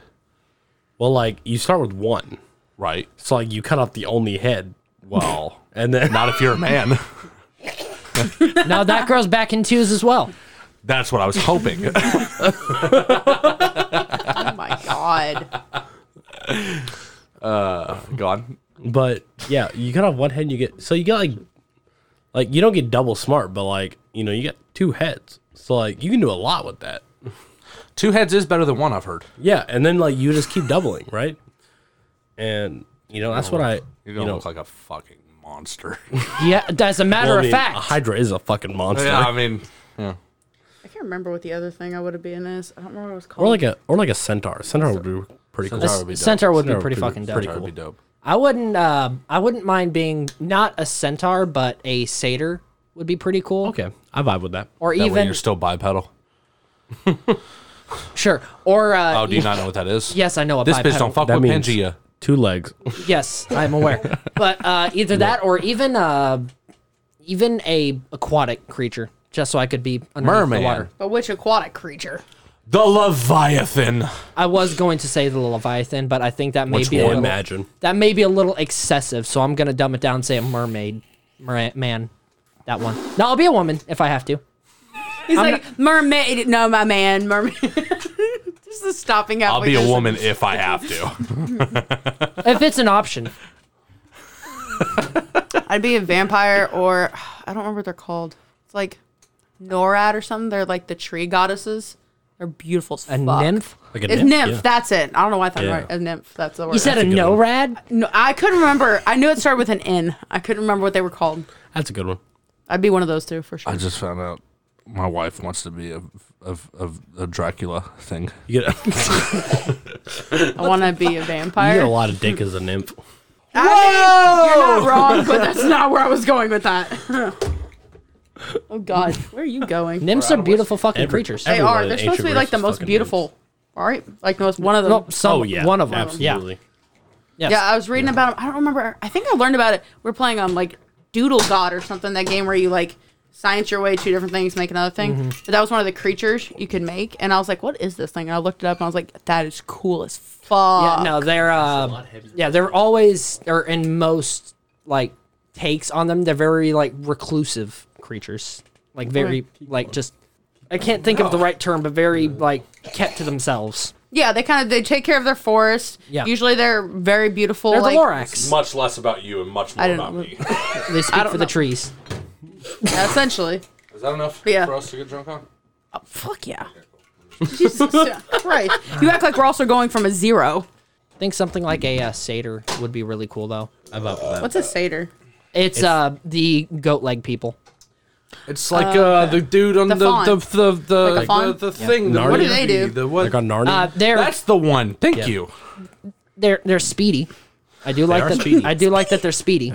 A: Well, like you start with one,
D: Right.
A: so like you cut off the only head,
D: Well,
A: and then
D: not if you're a man.
C: Now that girl's back in twos as well.
D: That's what I was hoping.
B: Oh my god.
D: Go on.
A: but yeah, you cut off one head and you get so you got like like you don't get double smart, but like you know you got two heads, so like you can do a lot with that.
D: Two heads is better than one. I've heard.
A: Yeah, and then like you just keep doubling, right? And you know that's what I
D: You're
A: you
D: gonna
A: know.
D: look like a fucking monster.
C: Yeah, as a matter
A: well, I
C: of
A: mean,
C: fact.
A: a Hydra is a fucking monster.
D: yeah, I mean,
B: I can't remember what the other thing I would have been is. I don't remember what it was called.
A: or like a or like a centaur. Centaur would be pretty cool.
D: Centaur
C: s-
D: would be dope.
C: centaur would be
A: Centaur
C: pretty
A: would be
C: fucking dope.
A: pretty
D: that'd
A: cool.
D: be dope.
C: I wouldn't. Uh, I wouldn't mind being not a centaur, but a satyr would be pretty cool.
A: Okay, I vibe with that.
C: Or
D: That way
C: even
D: you're still bipedal.
C: sure. Or uh,
D: Oh, do you not know what that is?
C: yes, I know a
D: This bitch
C: bipedal-
D: don't fuck
A: That
D: with
A: means-
D: Pangea.
A: Two legs.
C: e-, Yes, I'm aware. but uh, either that or even uh, even a aquatic creature, just so I could be underneath
D: Merman.
C: the water.
B: but which aquatic creature?
D: The Leviathan.
C: I was going to say the leviathan, but I think that may
A: Which
C: be a
A: one?
C: little,
A: Imagine.
C: that may be a little excessive. So I'm gonna dumb it down and say a mermaid, mer- man. That one. No, I'll be a woman if I have to.
B: He's like mermaid. No, my man, mermaid. this is stopping out.
D: I'll be a woman if I have to.
C: If it's an option.
B: I'd be a vampire, or I don't remember what they're called. It's like Norad or something. They're like the tree goddesses. They're beautiful as
C: A
B: fuck.
C: nymph?
A: Like a
B: It's nymph. That's it. I don't know why I thought
A: Yeah.
B: right- a nymph. That's the word.
C: You said a
A: a good
C: no
A: one.
C: rad?
B: No, I couldn't remember. I knew it started with an N. I couldn't remember what they were called.
A: That's a good one.
B: I'd be one of those two for sure.
D: I just found out my wife wants to be a of of a Dracula thing.
A: You get, a,
B: I want to be a
A: you
B: vampire.
A: get a lot of dick as a nymph.
B: I mean, you're not wrong, but that's not where I was going with that. oh God, where are you going?
C: Nymphs are beautiful fucking
A: Every-
C: creatures.
A: every-
B: they
A: everyone
B: are.
A: in
B: They're supposed to
A: ancient
B: be like
A: Greece
B: the
A: was
B: most
A: fucking
B: beautiful. All right, like the most one of them.
C: no, some,
A: Oh yeah,
C: one of them.
A: Absolutely.
C: Yeah. Yes.
B: yeah, I was reading about 'em. I don't remember. I think I learned about it. We're playing on like Doodle God or something. That game where you like science your way two different things, make another thing.
C: Mm-hmm.
B: But that was one of the creatures you could make, and I was like, "What is this thing?" And I looked it up, and I was like, "That is cool as fuck."
C: Yeah, no, they're uh, yeah, they're always or in most like takes on them, they're very like reclusive creatures, like very like just I can't think of the right term, but very like kept to themselves.
B: Yeah, they kind of they take care of their forest.
C: Yeah.
B: Usually they're very beautiful.
C: They're
B: like,
C: the Lorax.
D: Much less about you and much more
B: I don't
D: about
B: know.
D: me.
C: They speak
B: don't
C: for the
B: know.
C: trees.
B: Yeah, essentially.
D: Is that enough
B: Yeah.
D: for us to get drunk on?
B: Fuck yeah. Jesus Christ. You act like we're also going from a zero.
C: I think something like a uh, satyr would be really cool though.
A: I'm up for that.
B: What's a satyr?
C: It's, uh the goat leg people.
D: It's like uh, the dude on
B: The
D: the
B: fawn.
D: the the the,
B: Like a fawn?
D: the, the thing. the
A: Narnia? What do they
D: movie,
B: do?
D: The what?
A: like on Narnia?
C: Uh, they're
D: That's the one. Thank you.
C: they're they're speedy. I do like
A: are
C: that.
A: speedy.
C: I do like that they're speedy.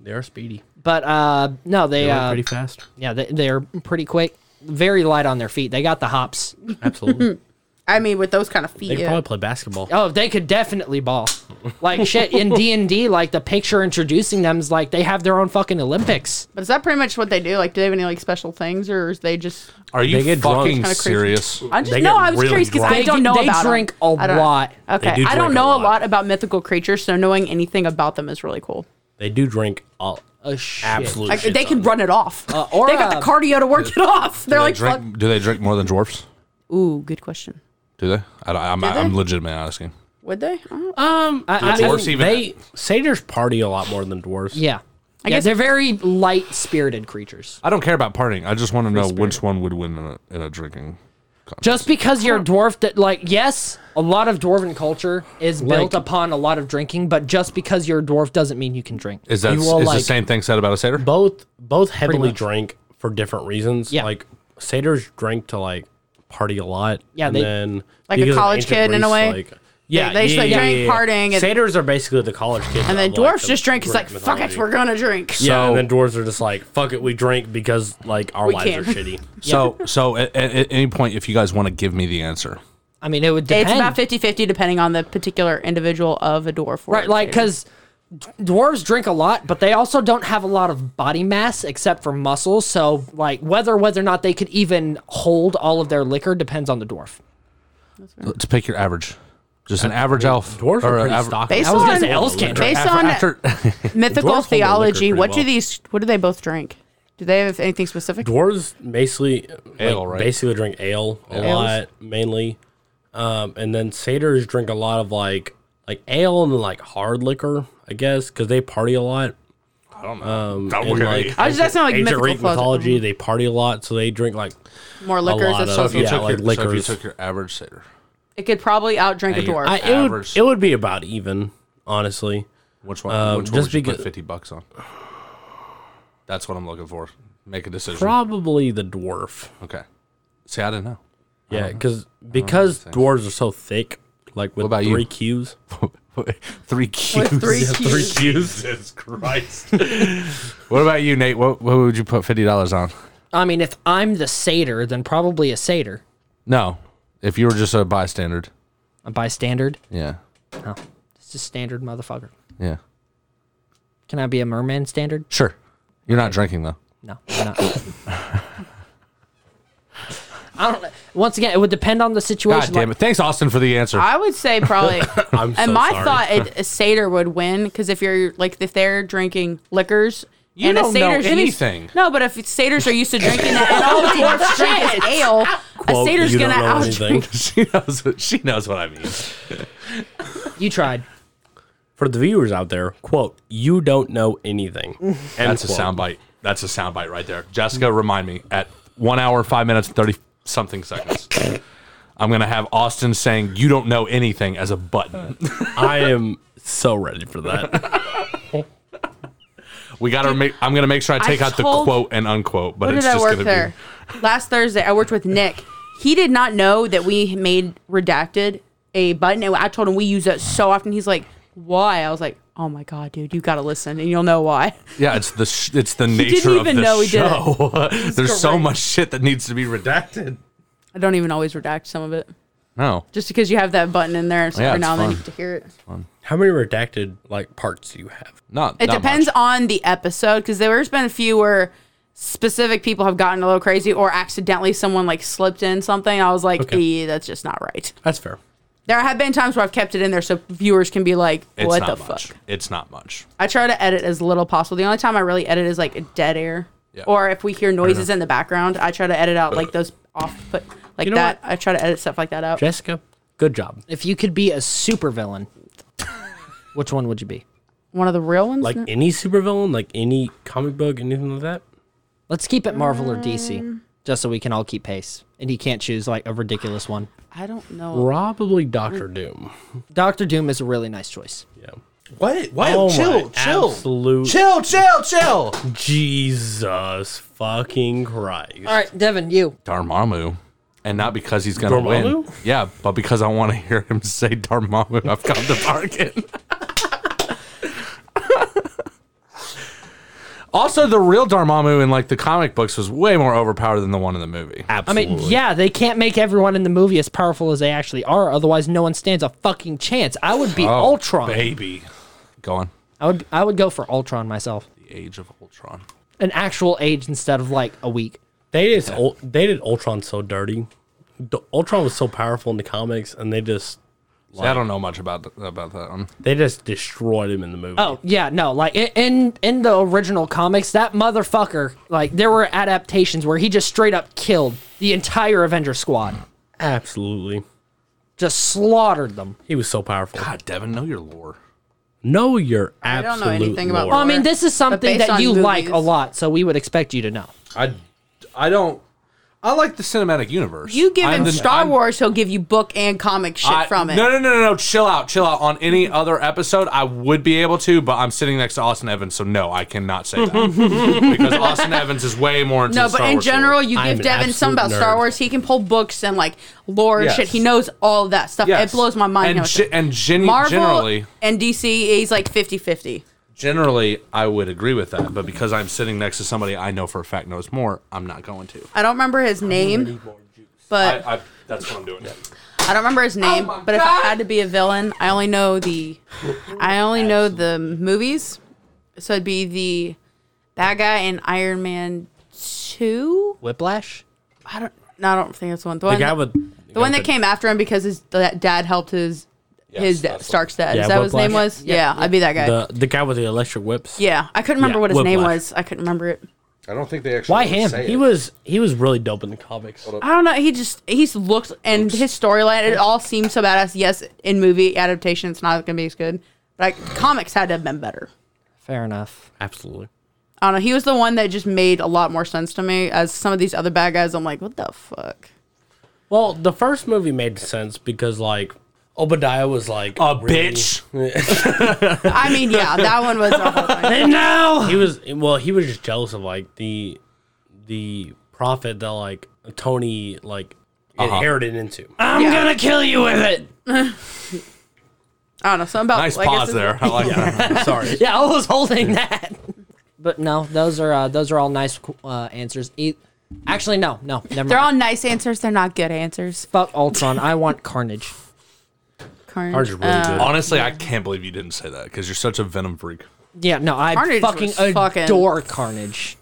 A: they are speedy.
C: But uh, no, they,
A: They
C: uh,
A: run pretty fast.
C: yeah, they, they're pretty quick. Very light on their feet. They got the hops.
A: Absolutely.
B: I mean, with those kind of
A: They
B: feet.
A: could
B: yeah.
A: probably play basketball.
C: Oh, they could definitely ball. Like shit in D and D. Like the picture introducing them is like they have their own fucking Olympics.
B: But is that pretty much what they do? Like, do they have any like special things, or is they just?
D: Are you
A: They get drunk.
D: fucking
B: Kinda crazy.
D: serious?
B: I just
A: They
B: no.
A: get
B: I was
A: really
B: curious because
A: drunk.
B: I
C: They
B: don't
C: do-
B: know
C: they
B: about 'em.
C: drink a
B: I don't-
C: lot.
B: Okay,
A: do
B: I don't
A: drink a
B: know a lot.
A: lot.
B: about mythical creatures, so knowing anything about them is really cool.
A: They do drink all
C: A Oh, shit.
A: absolute.
B: Like,
A: shit
B: they
A: ton.
B: can run it off.
C: or,
B: they got the
C: uh,
B: cardio to work it off. They're
D: Do they
B: like,
D: drink? Do they drink more than dwarfs?
B: fuck- ooh, good question.
D: Do they? I don't, I'm,
B: they?
D: I'm legitimately asking.
B: Would they? I don't know.
A: Um,
C: I-
A: I mean,
D: dwarves even-
A: they satyrs party a lot more than dwarves.
C: Yeah. I yeah,
B: guess-
C: they're very light spirited creatures.
D: I don't care about partying. I just want to know which one would win in a, in a drinking.
C: Just because you're a dwarf, that like yes, a lot of dwarven culture is built
A: Like-
C: upon a lot of drinking. But just because you're a dwarf doesn't mean you can drink.
D: Is that
C: You
D: is
C: will,
D: the
C: like-
D: same thing said about a satyr?
A: both both heavily
C: much.
A: drank for different reasons.
C: Yeah.
A: Like satyrs drank to like party a lot.
C: Yeah,
A: and
C: they-
A: then
B: Like a
A: because of
B: college
A: ancient
B: kid in a way?
A: Like, yeah,
B: they just,
A: yeah,
B: like,
A: yeah,
B: drank,
A: yeah, yeah.
B: partying, and-
A: Satyrs are basically the college kids,
B: And then
A: of, like,
B: dwarfs
A: the
B: just drink. It's like,
A: Greek
B: fuck it,
A: mythology.
B: we're gonna drink.
A: yeah,
D: So-
A: and then dwarves are just like, fuck it, we drink because like our
B: We
A: lives
B: can.
A: are shitty.
D: So, so at, at, at any point, if you guys want to give me the answer,
C: I mean, it would depend.
B: It's about 50 50 depending on the particular individual of a dwarf. or
C: Right, like
B: satyr.
C: because dwarves drink a lot, but they also don't have a lot of body mass except for muscles. So, like whether whether or not they could even hold all of their liquor depends on the dwarf.
D: let's pick your average, just an average elf
A: Uh, Dwarves are
D: an
A: pretty
D: aver-
A: stocky.
B: Based
C: I was gonna
B: on-
C: say elves can't drink.
B: Based
D: after-
B: on
D: after-
A: Dwarves
B: mythical
A: hold their
B: theology,
A: liquor pretty
B: what do
A: well.
B: these? What do they both drink? Do they have anything specific?
A: Dwarves basically
D: Ale,
A: like,
D: right?
A: basically drink ale a
B: Ales?
A: lot mainly, um, and then satyrs drink a lot of like like ale and like hard liquor, I guess, because they party a lot.
D: Don't
A: And,
D: look at
A: like,
D: me.
B: I was just sound like
A: ancient
B: mythical
A: Greek
B: closet.
A: mythology, they party a lot, so they drink like
B: More
A: a
B: liquors.
A: lot
B: That's
A: of-
B: supposed to
A: yeah,
B: be
A: like
D: your, so if you
A: liquors.
D: took your average satyr,
B: It could probably outdrink a
D: Hey,
B: dwarf.
A: I, it would
D: Average.
A: it would be about even, honestly.
D: which one?
A: Um,
D: which one
A: just
D: would you put
A: because-
D: fifty bucks on? That's what I'm looking for. Make a decision.
A: Probably the dwarf.
D: okay. See, I didn't know.
A: Yeah, cause, because dwarves are so thick, like with
D: about you?
A: three Qs.
D: three cubes.
B: With three
A: Three
B: Qs.
A: Qs.
D: Jesus Christ. what about you, Nate? What what would you put fifty dollars on?
C: I mean, if I'm the satyr, then probably a satyr.
D: No, if you were just a bystander.
C: A bystander.
D: Yeah,
C: No, it's just standard motherfucker.
D: yeah.
C: Can I be a merman standard?
D: Sure. You're not drinking though.
C: No, I'm not. I don't. know. Once again, it would depend on the situation.
D: God damn
C: like-
D: it! Thanks, Austin, for the answer.
B: I would say probably.
A: I'm so
B: and my
A: sorry.
B: thought, it, a satyr would win because if you're like if they're drinking liquors.
D: You
B: and a
D: don't know
B: satyr's used-
D: anything.
B: no, but if satyrs are used to drinking that, and all the dwarfs drink is ale, a
A: Quote,
B: satyr's
A: you
B: gonna
A: don't know
B: outdrink.
A: anything.
D: she knows. What, she knows what I mean.
C: You tried.
A: For the viewers out there, quote, you don't know anything. End
D: That's a
A: quote.
D: soundbite. That's a soundbite right there. Jessica, remind me at one hour five minutes thirty something seconds. I'm gonna have Austin saying "You don't know anything" as a button.
A: I am so ready for that.
D: We gotta make. I'm gonna make sure I take out
B: told-
D: the quote and unquote, but
B: What
D: it's
B: did I
D: just
B: work
D: gonna
B: there? Last Thursday, I worked with Nick. He did not know that we made redacted a button, and I told him we use that so often. He's like, "Why?" I was like, "Oh my god, dude, you got to listen, and you'll know why."
D: be. Yeah, it's the sh- it's the
B: didn't
D: nature of
B: even
D: the
B: know he did it.
D: show. There's so
B: correct.
D: much shit that needs to be redacted.
B: I don't even always redact some of it,
D: No,
B: just because you have that button in there, so
D: Yeah,
B: every
D: it's
B: now and then you
D: fun.
B: get to hear it.
A: How many redacted like parts do you have?
D: not.
B: It
D: not
B: depends
D: much.
B: on the episode because there's been a few where specific people have gotten a little crazy or accidentally someone like slipped in something. I was like,
A: Okay.
B: "Eh, that's just not right.
A: That's fair.
B: There have been times where I've kept it in there so viewers can be like,
D: It's
B: what
D: not
B: the
D: much.
B: fuck?
D: It's not much.
B: I try to edit as little possible. The only time I really edit is like dead air.
D: Yeah.
B: Or if we hear noises in the background, I try to edit out like those off put like
A: You know
B: that. I try to edit stuff like that out.
A: Jessica, good job.
C: If you could be a supervillain, which one would you be?
B: One of the real ones?
A: Like
B: No.
A: any supervillain, like any comic book, anything like that.
C: Let's keep it Marvel or DC, just so we can all keep pace. And you can't choose like a ridiculous one.
B: I don't know.
A: Probably Doctor Doom.
C: Doctor Doom is a really nice choice.
A: Yeah.
F: What? What?
A: Oh
F: chill,
A: my
F: chill,
A: absolute-
F: chill, chill, chill.
A: Jesus fucking Christ.
C: All right, Devin, you.
D: Darmamu. And not because he's gonna win.
A: Dormammu?
D: Yeah, but because I want to hear him say Darmamu. I've come to bargain. also, the real Darmamu in like the comic books was way more overpowered than the one in the movie.
C: I mean, yeah, they can't make everyone in the movie as powerful as they actually are. Otherwise, no one stands a fucking chance. I would be Ultron.
D: Oh, baby. Go on.
C: I would I would go for Ultron myself.
D: The Age of Ultron.
C: An actual age instead of like a week.
A: They just Ul- they did Ultron so dirty. D- Ultron was so powerful in the comics, and they just
D: See, I don't know much about th- about that one.
A: they just destroyed him in the movie.
C: Oh yeah, no, like i- in in the original comics, that motherfucker, like there were adaptations where he just straight up killed the entire Avenger squad,
A: absolutely.
C: just slaughtered them.
A: He was so powerful.
D: God, Devin, know your lore.
A: No, you're
B: I
A: absolutely.
B: don't know anything about
C: Well, I mean, this is something
B: based
C: that
B: on
C: you like a
B: movies.
C: lot, so we would expect you to know.
D: I, I don't. I like the cinematic universe.
B: You give
D: I'm
B: him
D: the-
B: Star
D: I'm-
B: Wars, he'll give you book and comic shit
D: I-
B: from it.
D: No, no, no, no, no. Chill out, chill out. On any other episode, I would be able to, but I'm sitting next to Austin Evans, so no, I cannot say that because Austin Evans is way more into.
B: No,
D: the
B: but
D: Star
B: in
D: Wars
B: general,
D: lore.
B: you
A: I am
B: give
A: an
B: Devin something about
A: absolute
B: Star
A: nerd.
B: Wars. He can pull books and like lore and
D: Yes.
B: shit. He knows all of that stuff.
D: Yes.
B: It blows my mind.
D: And
B: how much-
D: ge- and gen-
B: Marvel
D: generally-
B: and DC, he's like 50-50.
D: generally, I would agree with that, but because I'm sitting next to somebody I know for a fact knows more, I'm not going to.
B: I don't remember his name, but
D: I, I, that's what I'm doing.
B: I don't remember his name.
D: Oh my
B: but if I
D: God.
B: had to be a villain, I only know the, I only know the movies. So it'd be the bad guy in Iron Man two.
C: Whiplash.
B: I don't. No, I don't think that's the one. The,
A: The
B: one,
A: guy
B: that,
A: with
B: the one that came after him because his da- dad helped his his da-
D: that's the
B: Stark's dad.
A: Yeah,
B: Is that what his
A: Whiplash.
B: name was? Yeah, I'd be that guy.
A: The the guy with the electric whips.
B: yeah, I couldn't remember
A: Yeah,
B: what his name
A: Whiplash.
B: was. I couldn't remember it.
D: I don't think they actually.
C: Why him?
A: He was he was really dope in the comics.
B: I don't know. He just he's looked and his storyline. It all seems so badass. Yes, in movie adaptation, it's not gonna be as good. But like, comics had to have been better.
C: Fair enough.
A: Absolutely.
B: I don't know. He was the one that just made a lot more sense to me. As some of these other bad guys, I'm like, what the fuck?
A: Well, the first movie made sense because like Obadiah was like
D: a
A: really-
D: bitch.
B: I mean, yeah, that one was. A whole thing.
A: He was well. He was just jealous of like the the prophet that like Tony like
D: Uh-huh.
A: inherited into.
C: I'm gonna kill you with it.
B: I don't know. Something about
D: Nice
B: I guess
D: pause
B: it's-
D: there. I like that.
A: Sorry.
C: Yeah, I was holding that. But no, those are uh, those are all nice uh, answers. E- Actually, no, no, never.
B: They're
C: mind.
B: all nice answers. They're not good answers.
C: Fuck Ultron. I want Carnage.
B: Carnage.
A: Ours is really
B: Uh,
A: good.
D: Honestly, I can't believe you didn't say that because you're such a Venom freak.
C: Yeah, no, I
B: Carnage
C: fucking
B: was fucking-
C: adore Carnage.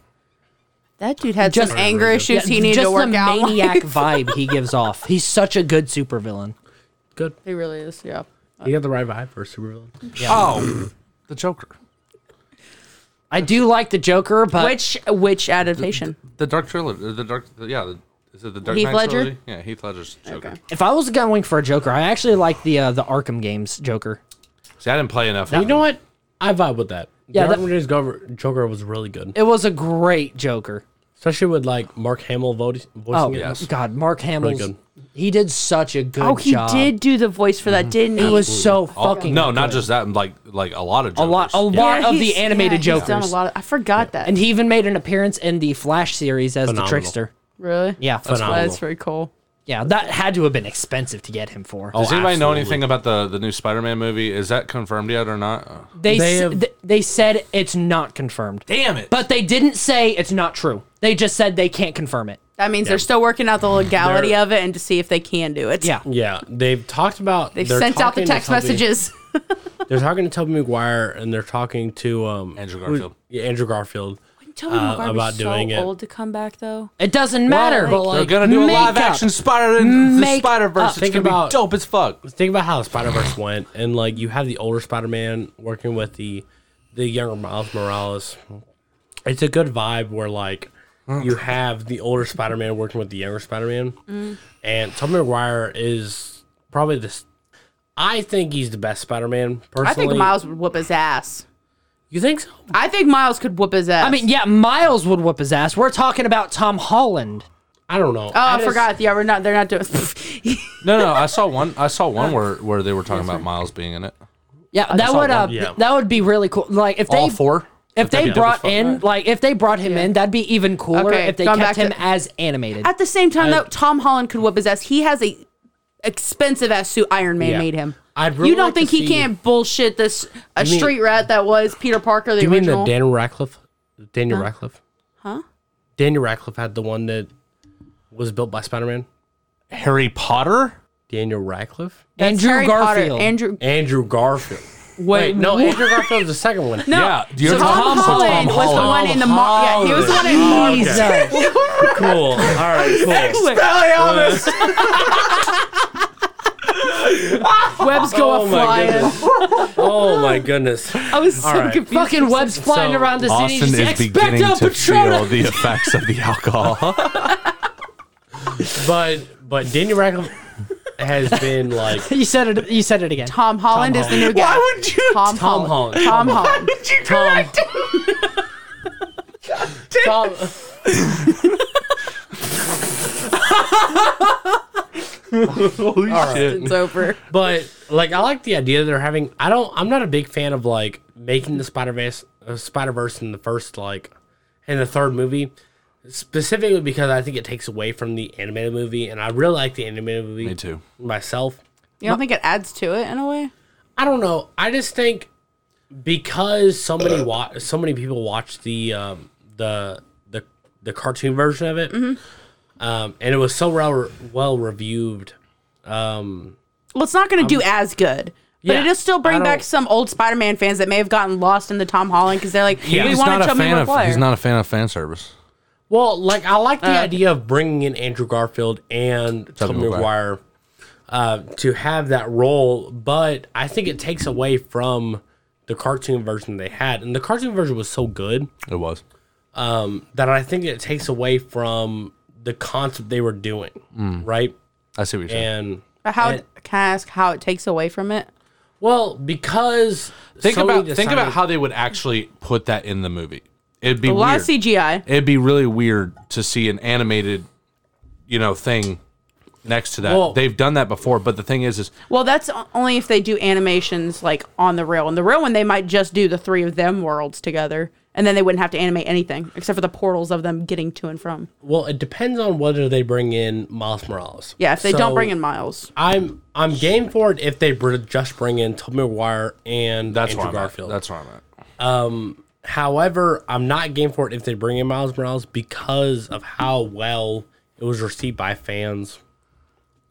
B: That dude had
C: Just-
B: some anger
C: Yeah,
B: issues he needed
C: just
B: to work
C: the
B: out.
C: maniac vibe he gives off. He's such a good supervillain.
A: Good.
B: he really is. Yeah.
A: You got the right vibe for a supervillain.
D: Oh, the Joker,
C: I do like the Joker, but
B: Which which adaptation?
D: the Dark Trilogy, uh, the Dark, the, yeah, the, is it the Dark
B: Heath
D: Knight
B: Ledger?
D: trilogy? Yeah, Heath Ledger's Joker.
B: Okay.
C: if I was going for a Joker, I actually like the uh, the Arkham games Joker.
D: See, I didn't play enough.
A: You know what? I vibe with that.
C: Yeah,
A: Yeah,
C: that-
A: that Joker was really good.
C: It was a great Joker.
A: Especially with like Mark Hamill voting.
C: Oh
A: voicing it.
D: yes.
C: God, Mark Hamill's.
A: good.
C: He did such a good
B: Oh, he
C: job.
B: did do the voice for that, didn't he?
C: He was so fucking.
D: no, not
C: good.
D: just that. Like like a lot of
C: a
D: jokers.
C: lot. A lot
B: Yeah,
C: of the
B: he's-
C: animated
B: yeah,
C: jokers.
B: He's done a lot. Of, I forgot that.
C: And he even made an appearance in the Flash series as
A: Phenomenal.
C: the trickster.
B: really,
C: Yeah,
A: Phenomenal.
B: that's very cool.
C: yeah, that had to have been expensive to get him for.
D: Does
A: Oh,
D: anybody know
A: absolutely.
D: anything about the the new Spider-Man movie? Is that confirmed yet or not? Uh,
C: They
A: They
C: s-
A: have-
C: th- they said it's not confirmed,
D: Damn it!
C: but they didn't say it's not true. They just said they can't confirm it.
B: That means they're still working out the legality
A: They're-
B: of it and to see if they can do it.
C: Yeah,
A: Yeah, they've talked about.
B: They've
A: they're
B: sent out the
A: talking to
B: text
A: Tobey-
B: messages.
C: uh,
A: They're talking to Toby Maguire and they're talking to um,
D: Andrew
A: who-
D: Garfield.
A: yeah, Andrew Garfield.
B: Toby
A: Uh, Maguire was about so doing it. old
B: to come back though.
C: it doesn't matter.
B: Well,
D: They're gonna do a
C: makeup.
D: live action Spider the
C: Make
D: Spider
C: up.
D: Verse. It's
A: Think
D: gonna
A: about-
D: be dope as fuck.
A: Think about how Spider Verse went, and like you have the older Spider Man working with the the younger Miles Morales. It's a good vibe where like
D: Hmm.
A: you have the older Spider Man working with the younger Spider Man,
B: Mm.
A: and Tobey Maguire is probably this. I think he's the best Spider Man personally.
B: I think Miles would whoop his ass.
A: You think so?
B: I think Miles could whoop his ass.
C: I mean, yeah, Miles would whoop his ass. We're talking about Tom Holland.
A: I don't know.
B: Oh, I, forgot. Yeah, we're not. They're not doing.
D: No, no, I saw one. I saw one where where they were talking about Miles being in it.
C: Yeah, that would uh,
A: Yeah.
C: that would be really cool. Like if they
D: All four.
C: if they
D: Yeah.
C: brought in like if they brought him in, that'd be even cooler
B: Okay,
C: if they
B: going
C: kept
B: back
C: him
B: to-
C: as animated.
B: At the same time, though, Tom Holland could whoop his ass. He has a expensive ass suit Iron Man
A: Yeah.
B: made him.
A: I'd really
B: you don't
A: like to
B: think he
A: see-
B: can't bullshit this a
A: You mean-
B: street rat that was Peter Parker the
A: Do you mean
B: original?
A: the Daniel Radcliffe? Daniel Radcliffe? Huh? Daniel Radcliffe had the one that was built by Spider Man.
D: Harry Potter.
A: Daniel Radcliffe?
B: That's
C: Andrew
B: Harry Potter.
C: Garfield.
B: Andrew.
A: Andrew Garfield. Wait, no, Andrew Garfield was the second one.
B: No.
D: Yeah, you're
B: so Tom,
D: Tom- so Tom
B: Holland was the
D: Holland.
B: one in the Mar- yeah, he was the one in Marvel.
A: Cool. All right, cool. Uh,
B: Webs go
A: Oh
B: a
A: my
B: flying.
A: goodness. Oh my goodness.
B: I was so
A: All right.
B: confused.
C: Fucking webs flying
A: so
C: around the city.
D: Austin
C: Just
D: is beginning
C: Expecto
D: to feel
C: Patronum.
D: the effects of the alcohol.
A: But but Daniel Radcliffe has been like
C: You said it. You said it again.
B: Tom Holland is the new guy. Why would you? Tom,
A: Tom Holland.
B: Tom Holland.
A: Tom. Tom.
D: Holy shit!
B: It's over.
A: But like, I like the idea they're having. I don't. I'm not a big fan of like making the Spider Verse uh, Spider Verse in the first like in the third movie, specifically because I think it takes away from the animated movie, and I really like the animated movie.
D: Me too.
A: Myself,
B: You don't think it adds to it in a way?
A: I don't know. I just think because so many wa- so many people watch the um, the the the cartoon version of it, um, and it was so well well reviewed.
B: Well, it's not going to do as good. But
A: yeah,
B: it'll still
A: I
B: bring
A: don't-
B: back some old Spider-Man fans that may have gotten lost in the Tom Holland because they're like, we
D: He's
B: want
D: not
B: to
D: a
B: Tobey
D: fan of.
B: Maguire.
D: He's not a fan of fan service.
A: Well, like I like the idea of bringing in Andrew Garfield and Tobey Maguire
D: Uh, Maguire.
A: uh, to have that role, but I think it takes away from the cartoon version they had, and the cartoon version was so good
D: It was.
A: that I think it takes away from the concept they were doing,
D: Mm.
A: right?
D: I see what you're saying.
A: And
B: But how
A: And-
B: can I ask how it takes away from it?
A: well, because
D: Think
A: Sony
D: about think
A: decided-
D: about how they would actually put that in the movie. It'd be
B: A lot
D: weird.
B: of CGI.
D: It'd be really weird to see an animated, you know, thing next to that.
A: Well-
D: They've done that before, but the thing is, is
B: Well, that's o- only if they do animations like on the real. And the real one, they might just do the three of them worlds together, and then they wouldn't have to animate anything except for the portals of them getting to and from.
A: well, it depends on whether they bring in Miles Morales.
B: Yeah, if they
A: So,
B: don't bring in Miles,
A: I'm I'm game for it if they br- just bring in Tobey Maguire and
D: that's
A: Andrew
D: where I'm at.
A: Garfield.
D: That's where I'm at.
A: However, I'm not game for it if they bring in Miles Morales because of how well it was received by fans.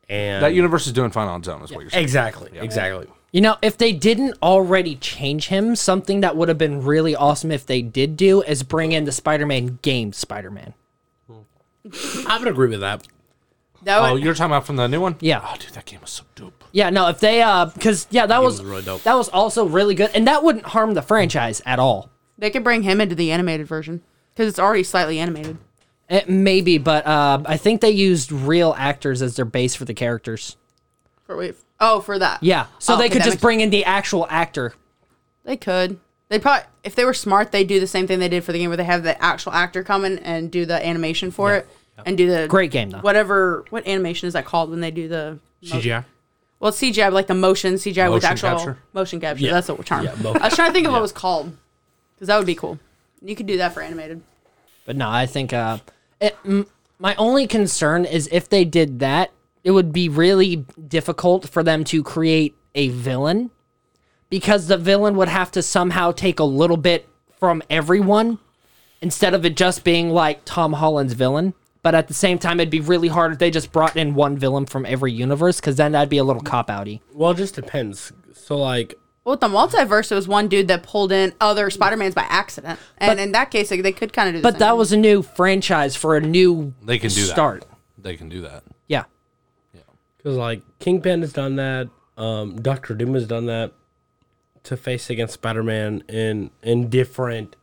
A: And
D: That universe is doing fine on its own. Is what you're saying.
A: exactly, exactly.
C: You know, if they didn't already change him, something that would have been really awesome if they did do is bring in the Spider-Man game Spider-Man.
A: I would agree with that.
B: that
D: Oh,
B: would,
D: you're talking about from the new one?
C: Yeah.
D: Oh, dude, that game was so dope.
C: Yeah, no, if they uh cuz yeah, that was,
A: was really dope.
C: that was also really good and that wouldn't harm the franchise at all.
B: they could bring him into the animated version because it's already slightly animated.
C: It maybe, but uh I think they used real actors as their base for the characters.
B: For wait, oh, for that.
C: Yeah. So
B: Oh,
C: they
B: okay,
C: could
B: that
C: just
B: makes-
C: bring in the actual actor.
B: They could. They They probably, if they were smart, they'd do the same thing they did for the game where they have the actual actor come in and do the animation for it and do the
C: Great game, though.
B: Whatever, what animation is that called when they do the mo-
G: CGI.
B: Well, it's CGI, but like the motion CGI with
D: Motion
B: actual
D: capture?
B: motion capture.
A: Yeah.
B: That's the term.
A: Yeah, mo-
B: I was trying to think of what it was called because that would be cool. You could do that for animated.
C: But no, I think uh, it, m- my only concern is if they did that, it would be really difficult for them to create a villain because the villain would have to somehow take a little bit from everyone instead of it just being like Tom Holland's villain. But at the same time, it'd be really hard if they just brought in one villain from every universe because then that'd be a little cop outy.
A: Well, it just depends. So like,
B: Well, with the multiverse, it was one dude that pulled in other Spider Mans by accident, and
C: But-
B: in that case, like, they could kind of do. The
C: But
B: same
C: that
B: thing.
C: was a new franchise for a new
D: They can do that.
C: start.
D: They can do that.
C: Yeah.
A: because like Kingpin has done that. Um, Doctor Doom has done that to face against Spider Man in in different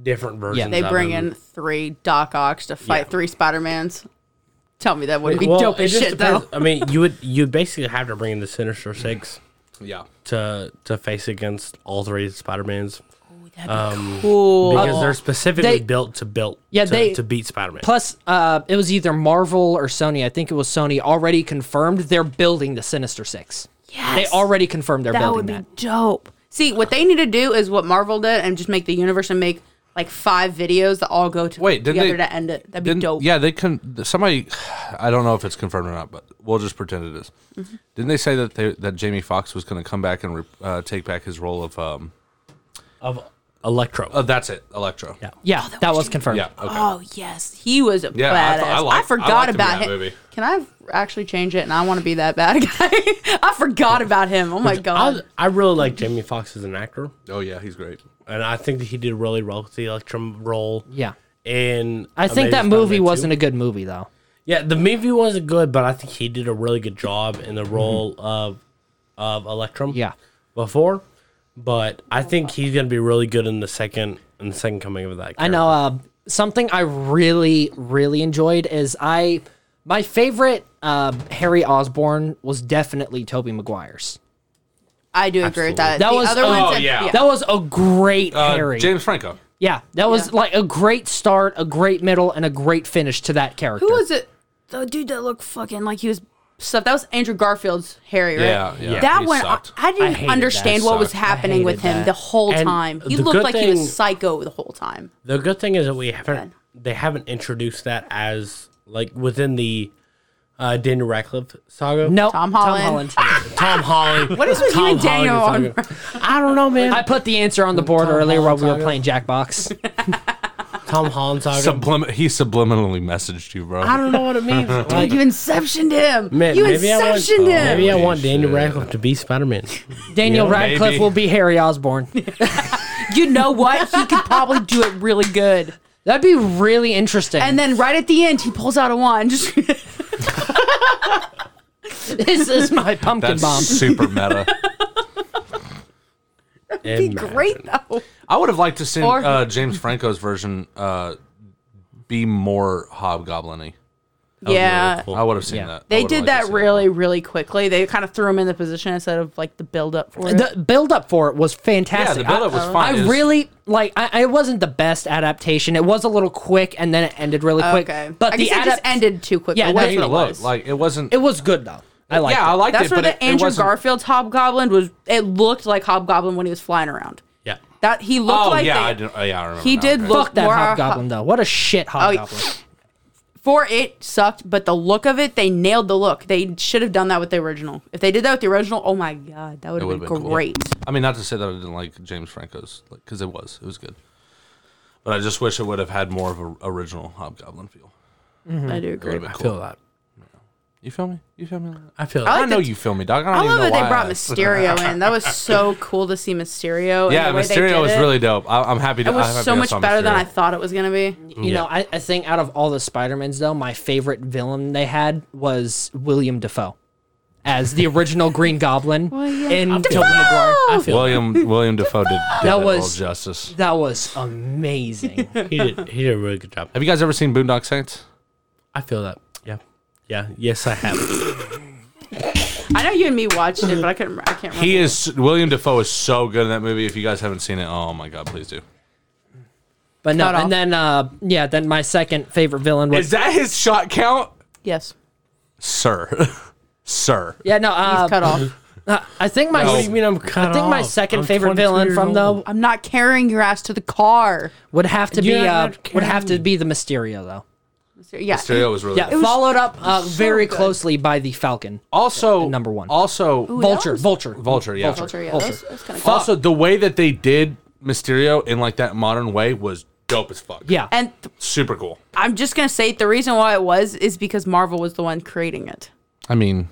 A: different versions.
B: they
A: of
B: bring
A: him.
B: in three Doc Ocks to fight three Spider Mans. Tell me that wouldn't be
A: Well,
B: dope
A: it
B: as
A: just
B: shit
A: depends.
B: though.
A: I mean, you would you would basically have to bring in the Sinister Six
D: Yeah.
A: to to face against all three Spider Mans
B: Cool.
A: because they're specifically
C: They-
A: built to built
C: Yeah,
A: to,
C: they-
A: to beat Spider Man.
C: Plus, uh, it was either Marvel or Sony. I think it was Sony already confirmed they're building the Sinister Six.
B: Yes.
C: They already confirmed they're
B: that
C: building
B: would be
C: that.
B: dope. See, what they need to do is what Marvel did and just make the universe and make like five videos that all go to
D: Wait, didn't
B: together
D: they-
B: to end it. That'd be
D: Didn't,
B: dope.
D: yeah, they can. Somebody, I don't know if it's confirmed or not, but we'll just pretend it is. Didn't they say that they, that Jamie Foxx was going to come back and re, uh, take back his role of? um
A: of Electro.
D: Oh, that's it, Electro. Yeah.
C: Yeah, that, was confirmed.
D: Yeah. Okay.
B: Oh yes, he was a
D: Yeah, I
B: badass.
D: thought-
B: I,
D: I liked- I
B: forgot
D: liked him in
B: about
D: that
B: him.
D: movie.
B: Can I actually change it? And I want to be that bad guy. I forgot about him. Oh my
A: I,
B: god.
A: I really like Jamie Foxx as an actor,
D: oh yeah, he's great.
A: and I think that he did really well with the Electro role.
C: Yeah.
A: and
C: I think that movie wasn't
A: A-
C: a good movie though.
A: yeah, the movie wasn't good, but I think he did a really good job in the
B: Mhm.
A: role of of Electrum.
C: Yeah.
A: before, but I think he's gonna be really good in the second in the second coming of that. Character.
C: I know. Uh, something I really, really enjoyed is I my favorite uh, Harry Osborn was definitely Toby Maguire's.
B: I, do agree with that.
C: That
B: the
C: was
B: other
C: oh,
B: ones.
D: yeah.
C: That was a great
D: Uh,
C: Harry.
D: James Franco.
C: yeah, that was
B: Yeah.
C: like a great start, a great middle, and a great finish to that character.
B: Who was it? The dude that looked fucking like he was stuff. That was Andrew Garfield's Harry, right?
D: Yeah, yeah,
B: That
D: he
B: one, I,
D: sucked.
B: I
C: I
B: didn't
C: hated
B: understand
D: that.
B: what was
D: Sucked. I
B: happening with
C: hated
B: him
C: that.
B: the whole
A: And
B: time. He
A: the
B: looked
A: good
B: like he
A: thing-
B: was psycho the whole time.
A: The good thing is that we haven't they haven't introduced that as like within the uh, Daniel Radcliffe saga.
C: No,
B: Tom Holland.
A: Tom Holland.
B: What is with you
A: Tom
B: and Daniel
A: Holland
B: on-
A: saga. I don't know, man.
C: I put the answer on the board
A: Tom
C: earlier while
A: Holland
C: we were
A: saga.
C: playing Jackbox.
A: Tom Holland saga.
D: Sublimi- he subliminally messaged you, bro.
A: I don't know what it means. Like,
B: You inceptioned him.
A: man,
B: you
A: maybe I Oh. want,
B: inceptioned him.
A: maybe I
D: Holy
A: want Daniel
D: shit.
A: Radcliffe to be Spider Man.
C: Daniel Radcliffe
D: maybe.
C: will be Harry Osborn.
B: You know what? He could probably do it really good.
C: That'd be really interesting.
B: And then right at the end, he pulls out a wand. Just
C: this is my pumpkin
D: That's
C: bomb.
D: super meta.
A: It'd
B: great though.
D: I would have liked to see
B: Or-
D: uh, James Franco's version uh, be more hobgoblin-y.
B: Yeah.
D: I would have seen
C: Yeah.
D: that. I
B: They
D: would've
B: did that
D: liked to see
B: really, really quickly. They kind of threw him in the position instead of like the build up for it.
C: The build up for it was
D: Yeah,
C: fantastic.
D: the build-up
C: I-
D: was fine.
C: I
D: It was-
C: really like. I, I wasn't the best adaptation. It was a little quick, and then it ended really quick.
B: okay,
C: But
B: I
C: the
B: guess it just
C: adapt-
B: ended too quickly.
C: Yeah,
B: that's
D: Hey,
B: what it
D: look,
B: was.
D: like it wasn't.
C: It was good though. I liked
D: yeah, I
C: it.
D: liked
B: that's
D: it,
B: where
D: but
B: the
D: it, it
B: Andrew
D: wasn't-
B: Garfield's Hobgoblin was. It looked like Hobgoblin when he was flying around.
A: Yeah.
B: That he looked
D: Oh
B: like
D: yeah,
B: that.
D: I didn't, oh, yeah, I remember.
B: He
D: now,
B: did
D: okay.
B: look-
C: Fuck that
B: More- Oh,
C: hobgoblin though. What a shit hobgoblin.
B: for it sucked, but the look of it, they nailed the look. They should have done that with the original. If they did that with the original, oh my god, that would
D: It
B: have
D: would've
B: been,
D: been cool.
B: great.
D: I mean, not to say that I didn't like James Franco's, because it was, it was good. But I just wish it would have had more of a original Hobgoblin feel.
B: I do
D: It
B: agree.
D: would've been
A: I
D: cool.
A: feel that.
D: You feel me? You feel me?
A: I feel
D: I,
A: that.
D: know you feel me, dog. I
B: I
D: don't even
B: love
D: know
B: that
D: why.
B: they brought
D: I-
B: Mysterio in. That was so cool to see Mysterio.
D: Yeah,
B: and the way they
D: Mysterio
B: did
D: was
B: it.
D: really dope. I, I'm happy to.
B: It
D: I'm
B: was
D: happy
B: so
D: I
B: much
D: saw
B: better than I
D: Mysterio.
B: thought it was gonna be.
C: You know, I, I think out of all the Spider Mans though, my favorite villain they had was William Defoe as the original Green Goblin in Tobey Maguire.
B: Oh.
A: I feel
D: William William Defoe did, did that
C: was-
D: was justice.
C: That was amazing.
A: that. he did. He did a really good job.
D: Have you guys ever seen Boondock Saints?
A: I feel that. Yeah. Yeah. Yes, I have.
B: I know you and me watched it, but I couldn't. I can't. Remember.
D: He is William Defoe is so good in that movie. If you guys haven't seen it, oh my god, please do.
C: But no,
B: Cut off.
C: and then uh, yeah, then my second favorite villain was
D: Is that his shot count,
B: Yes,
D: sir? sir,
C: yeah no
B: he's
C: uh,
B: cut off.
C: uh, I think my
A: What do you mean I'm cut
C: I think my
A: off?
C: second
A: I'm
C: favorite
A: 22
C: villain
A: years
C: from
A: old.
C: though
B: I'm not carrying your ass to the car.
C: would have to be
A: You're
C: uh,
A: not
C: would have to be the Mysterio though.
B: Yeah,
D: Mysterio was really
C: Yeah,
D: good.
C: followed up uh, very
B: good.
C: closely by the Falcon.
D: also
C: number one.
D: Also,
C: Vulture,
B: was-
C: Vulture,
D: Vulture, yeah.
B: Vulture, yeah, that's, that's kind of cool.
D: Also, the way that they did Mysterio in like that modern way was dope as fuck.
C: Yeah.
B: And th-
D: super cool.
B: I'm just gonna say the reason why it was is because Marvel was the one creating it.
D: I mean,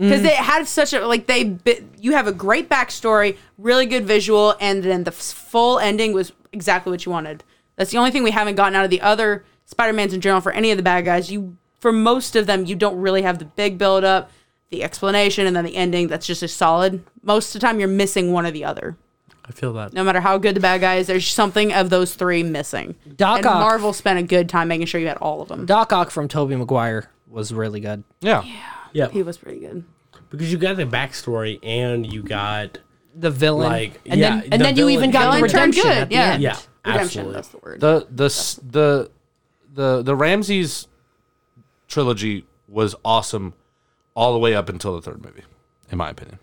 C: Mm.
B: because they had such a like they bi- you have a great backstory really good visual and then the f- full ending was exactly what you wanted that's the only thing we haven't gotten out of the other spider-mans in general for any of the bad guys you for most of them you don't really have the big build up the explanation and then the ending that's just a solid most of the time you're missing one or the other
A: I feel that.
B: no matter how good the bad guy is there's something of those three missing
C: Doc
B: and
C: Ock.
B: marvel spent a good time making sure you had all of them
C: Doc Ock from Toby Maguire was really good.
D: yeah.
A: Yeah,
B: he was pretty good
A: because you got the backstory and you got
C: The villain,
A: Like,
C: and
A: yeah,
C: then
A: the
C: and then you
A: villain
C: even got the
B: villain turned
C: redemption.
B: good
C: at the
B: yeah
C: end.
A: Yeah,
B: redemption
A: absolutely.
B: that's the word
D: the the s- the the the Ramses trilogy was awesome all the way up until the third movie, in my opinion.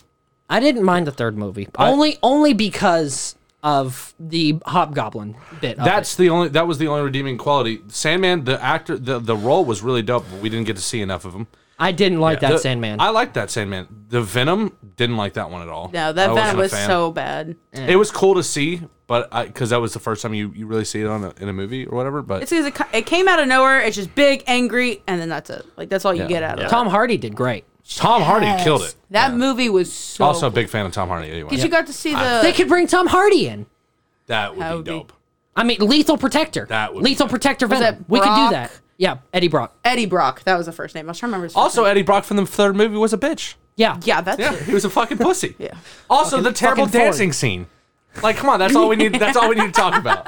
C: I didn't mind the third movie only only because of the Hobgoblin bit. of
D: That's the only that was the only redeeming quality. Sandman, the actor, the the role was really dope, but we didn't get to see enough of him.
C: it. I didn't like that
D: The-
C: Sandman.
D: I liked that Sandman. The Venom didn't like that one at all.
B: No,
D: I
B: that
D: wasn't
B: Venom
D: a
B: was
D: fan.
B: so eh. bad.
D: It was cool to see, but because that was the first time you, you really see it on a, in a movie or whatever. But
B: It's because it, co- it came out of nowhere. It's just big, angry, and then that's it. Like that's all you
D: Yeah.
B: get out of it.
C: Tom Hardy did great.
D: Tom Hardy killed it.
B: That movie was so.
D: Also, a
B: cool.
D: big fan of Tom Hardy. Anyway,
B: did you got to see the?
C: They could bring Tom Hardy in.
D: that would
B: would
D: be
B: be-
D: dope.
C: I mean, Lethal Protector.
D: That would be
C: Lethal
D: good.
C: Protector
B: Was
C: Venom.
B: that
C: We could do
B: Brock?
C: that. Yeah, Eddie Brock.
B: Eddie Brock. That was the first name. I was trying to remember. His first
D: Also,
B: name.
D: Eddie Brock from the third movie was a bitch.
C: Yeah.
B: yeah, that's
D: Yeah,
B: it.
D: he was a fucking pussy.
B: Yeah.
D: Also, the terrible
C: fucking Ford.
D: dancing scene. Like, come on, that's all we need. That's all we need to talk about.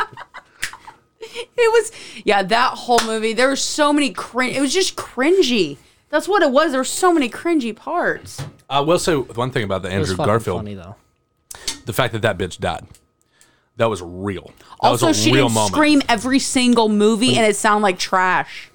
B: It was yeah. That whole movie. There were so many cringe. It was just cringy. That's what it was. There were so many cringy parts.
D: I will say Uh, one thing about the
C: It was
D: Andrew
C: fucking
D: Garfield:
C: funny though.
D: the fact that that bitch died. That was real. That
B: Also,
D: was a
B: she
D: real
B: didn't
D: moment.
B: scream every single movie, and it sounded like trash.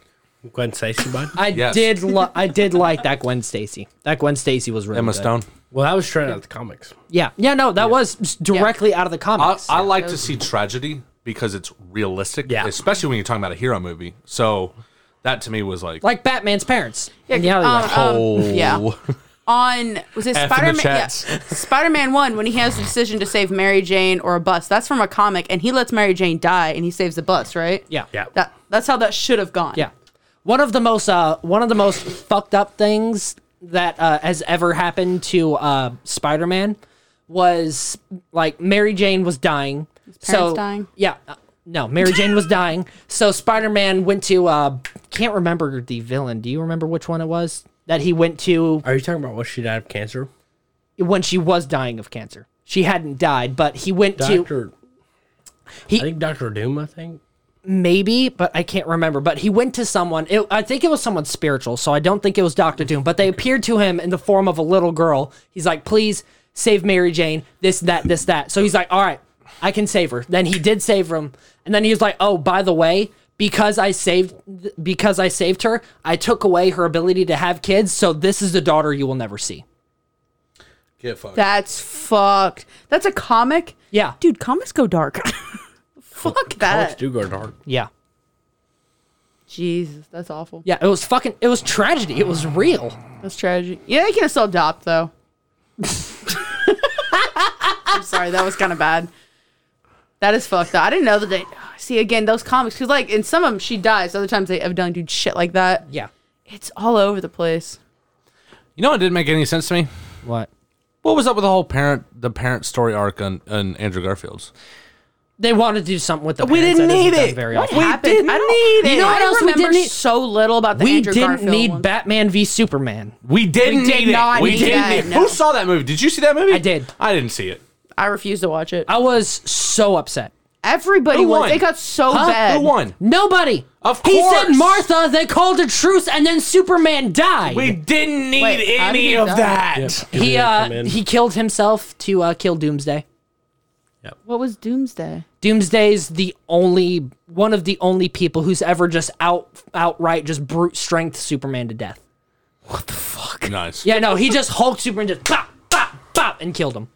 A: Gwen Stacy, bud.
C: I
D: Yes.
C: did. Lo- I did like that Gwen Stacy. That Gwen Stacy was really
D: Emma
C: good.
D: Stone.
A: Well, that was straight out of the comics.
C: Yeah, yeah, no, that was s- directly out of the
D: I,
C: comics.
D: I like to see tragedy because it's realistic.
A: Yeah.
D: Especially when you're talking about a hero movie. So that to me was like,
C: like Batman's parents. Yeah, uh,
B: um,
D: oh
B: yeah. on was it
D: F in
B: Spider Man?
D: the
B: Yeah.
D: chats.
B: Spider Man One when he has the decision to save Mary Jane or a bus. That's from a comic, and he lets Mary Jane die, and he saves the bus, right?
C: yeah,
A: Yeah.
B: That that's how that should have gone.
C: yeah. One of the most, uh, one of the most fucked up things that uh, has ever happened to uh, Spider-Man was like Mary Jane was dying. so
B: parents dying?
C: yeah, uh, no, Mary Jane was dying. So Spider-Man went to uh, can't remember the villain. Do you remember which one it was that he went to
A: Are you talking about what she died of cancer?
C: when she was dying of cancer? She hadn't died, but he went to
A: Doctor.
C: He-
A: I think Doctor Doom. I think.
C: maybe, but I can't remember. But he went to someone. It, I think it was someone spiritual, so I don't think it was Doctor Doom. But they appeared to him in the form of a little girl. He's like, "Please save Mary Jane. This, that, this, that." So he's like, "All right, I can save her." Then he did save him, and then he was like, "Oh, by the way." Because I saved, because I saved her, I took away her ability to have kids. So this is the daughter you will never see.
D: Get fucked.
B: That's fucked. That's a comic.
C: Yeah,
B: Dude, comics go dark. Fuck
A: Alex
B: that.
A: Dugard.
C: yeah,
B: Jesus, that's awful.
C: yeah. It was fucking. It was tragedy. It was real.
B: That's tragic. Yeah, you can still adopt though. I'm sorry, that was kind of bad. That is fucked up. I didn't know that they see again those comics because like in some of them she dies, other times they have done do shit like that.
C: Yeah.
B: It's all over the place.
D: You know what didn't make any sense to me?
C: What?
D: What was up with the whole parent the parent story arc on, on Andrew Garfield's?
C: They wanted to do something with the.
D: We
C: parents.
D: didn't
C: That isn't
D: need
C: done
D: it.
C: Very
D: What
C: often.
D: We
B: Happened.
D: didn't
B: I don't,
C: need it.
B: You know what
C: I
B: else we didn't
C: remember
B: need? So little about the
C: we
B: Andrew
C: didn't
B: Garfield
C: need
B: one.
C: Batman v Superman.
D: We didn't
B: did
D: need
B: not
D: it. We
B: need
D: didn't
B: that,
D: need-
B: no.
D: Who saw that movie? Did you see that movie?
C: I did.
D: I didn't see it.
B: I refuse to watch it.
C: I was so upset.
B: Everybody
D: Uh, Who
B: was.
D: won?
B: It got so
D: Huh?
B: bad.
D: Who won?
C: Nobody.
D: Of
C: He said
D: course.
C: Martha. They called a truce, and then Superman died.
D: We didn't need
B: Wait, how did
D: any
B: he
D: of
B: die?
D: that.
C: he
A: Juliet
C: uh
A: come in.
C: he killed himself to uh, kill Doomsday.
B: What was Doomsday?
C: Doomsday's the only one of the only people who's ever just out outright just brute strength Superman to death.
D: Nice.
C: Yeah, no, he just hulked Superman just bop bop bop and killed him.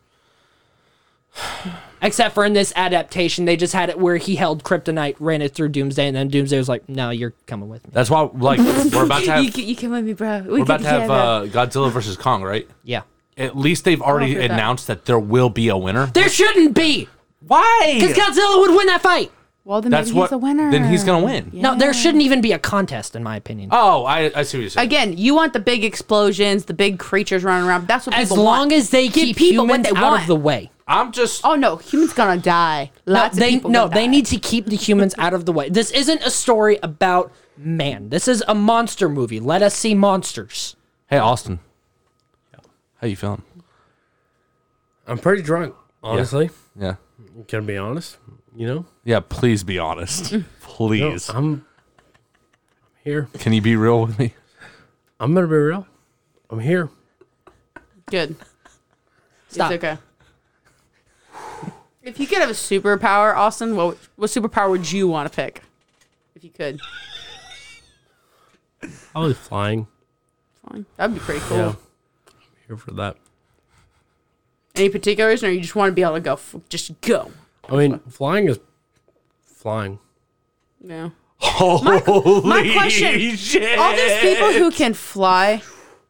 C: Except for in this adaptation, they just had it where he held kryptonite, ran it through Doomsday, and then Doomsday was like, "No, you're coming with me."
D: That's why, like, we're about to have
B: you, you come with me, bro. We
D: we're about to have uh, Godzilla versus Kong, right?
C: Yeah,
D: At least they've already
B: for that.
D: announced that. there will be a winner.
C: there shouldn't be
D: Why?
C: because Godzilla would win that fight.
B: well, then
D: That's
B: maybe
D: what.
B: he's a winner.
D: Then he's gonna win.
C: No, there shouldn't even be a contest, in my opinion.
D: Oh, I, I see what you're saying.
B: Again, you want the big explosions, the big creatures running around. That's what
C: as
B: people
C: long
B: want.
C: as they
B: Give
C: keep
B: people
C: humans
B: what they
C: out
B: want.
C: of the way.
D: I'm just.
B: Oh no, humans gonna die.
C: No,
B: Lots of
C: they
B: people
C: no,
B: gonna
C: they
B: die.
C: need to keep the humans out of the way. This isn't a story about man. This is a monster movie. Let us see monsters.
D: Hey, Austin. How you feeling?
A: I'm pretty drunk, honestly.
D: Yeah.
A: Can I be honest? You know,
D: Yeah. Please be honest.
A: No,
D: Please.
A: I'm I'm here.
D: Can you be real with me?
A: I'm gonna be real. I'm here.
B: Good.
C: Stop.
B: It's okay. If you could have a superpower, Austin, what what superpower would you want to pick? If you could,
A: Probably flying.
B: Fine. that'd be pretty cool.
A: Yeah. I'm here for that.
B: Any particular reason, or you just want to be able to go, f- just go?
A: I mean, flying is flying.
B: Yeah.
D: Holy
B: my question-
D: shit.
B: All these people who can fly,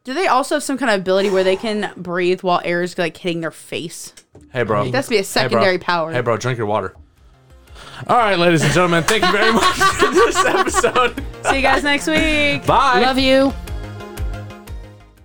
B: do they also have some kind of ability where they can breathe while air is like hitting their face?
D: Hey, bro.
B: That's be a secondary
D: hey, bro.
B: power.
D: Hey, bro, drink your water. All right, ladies and gentlemen, thank you very much for this episode.
B: See you guys next week.
D: Bye.
C: Love you.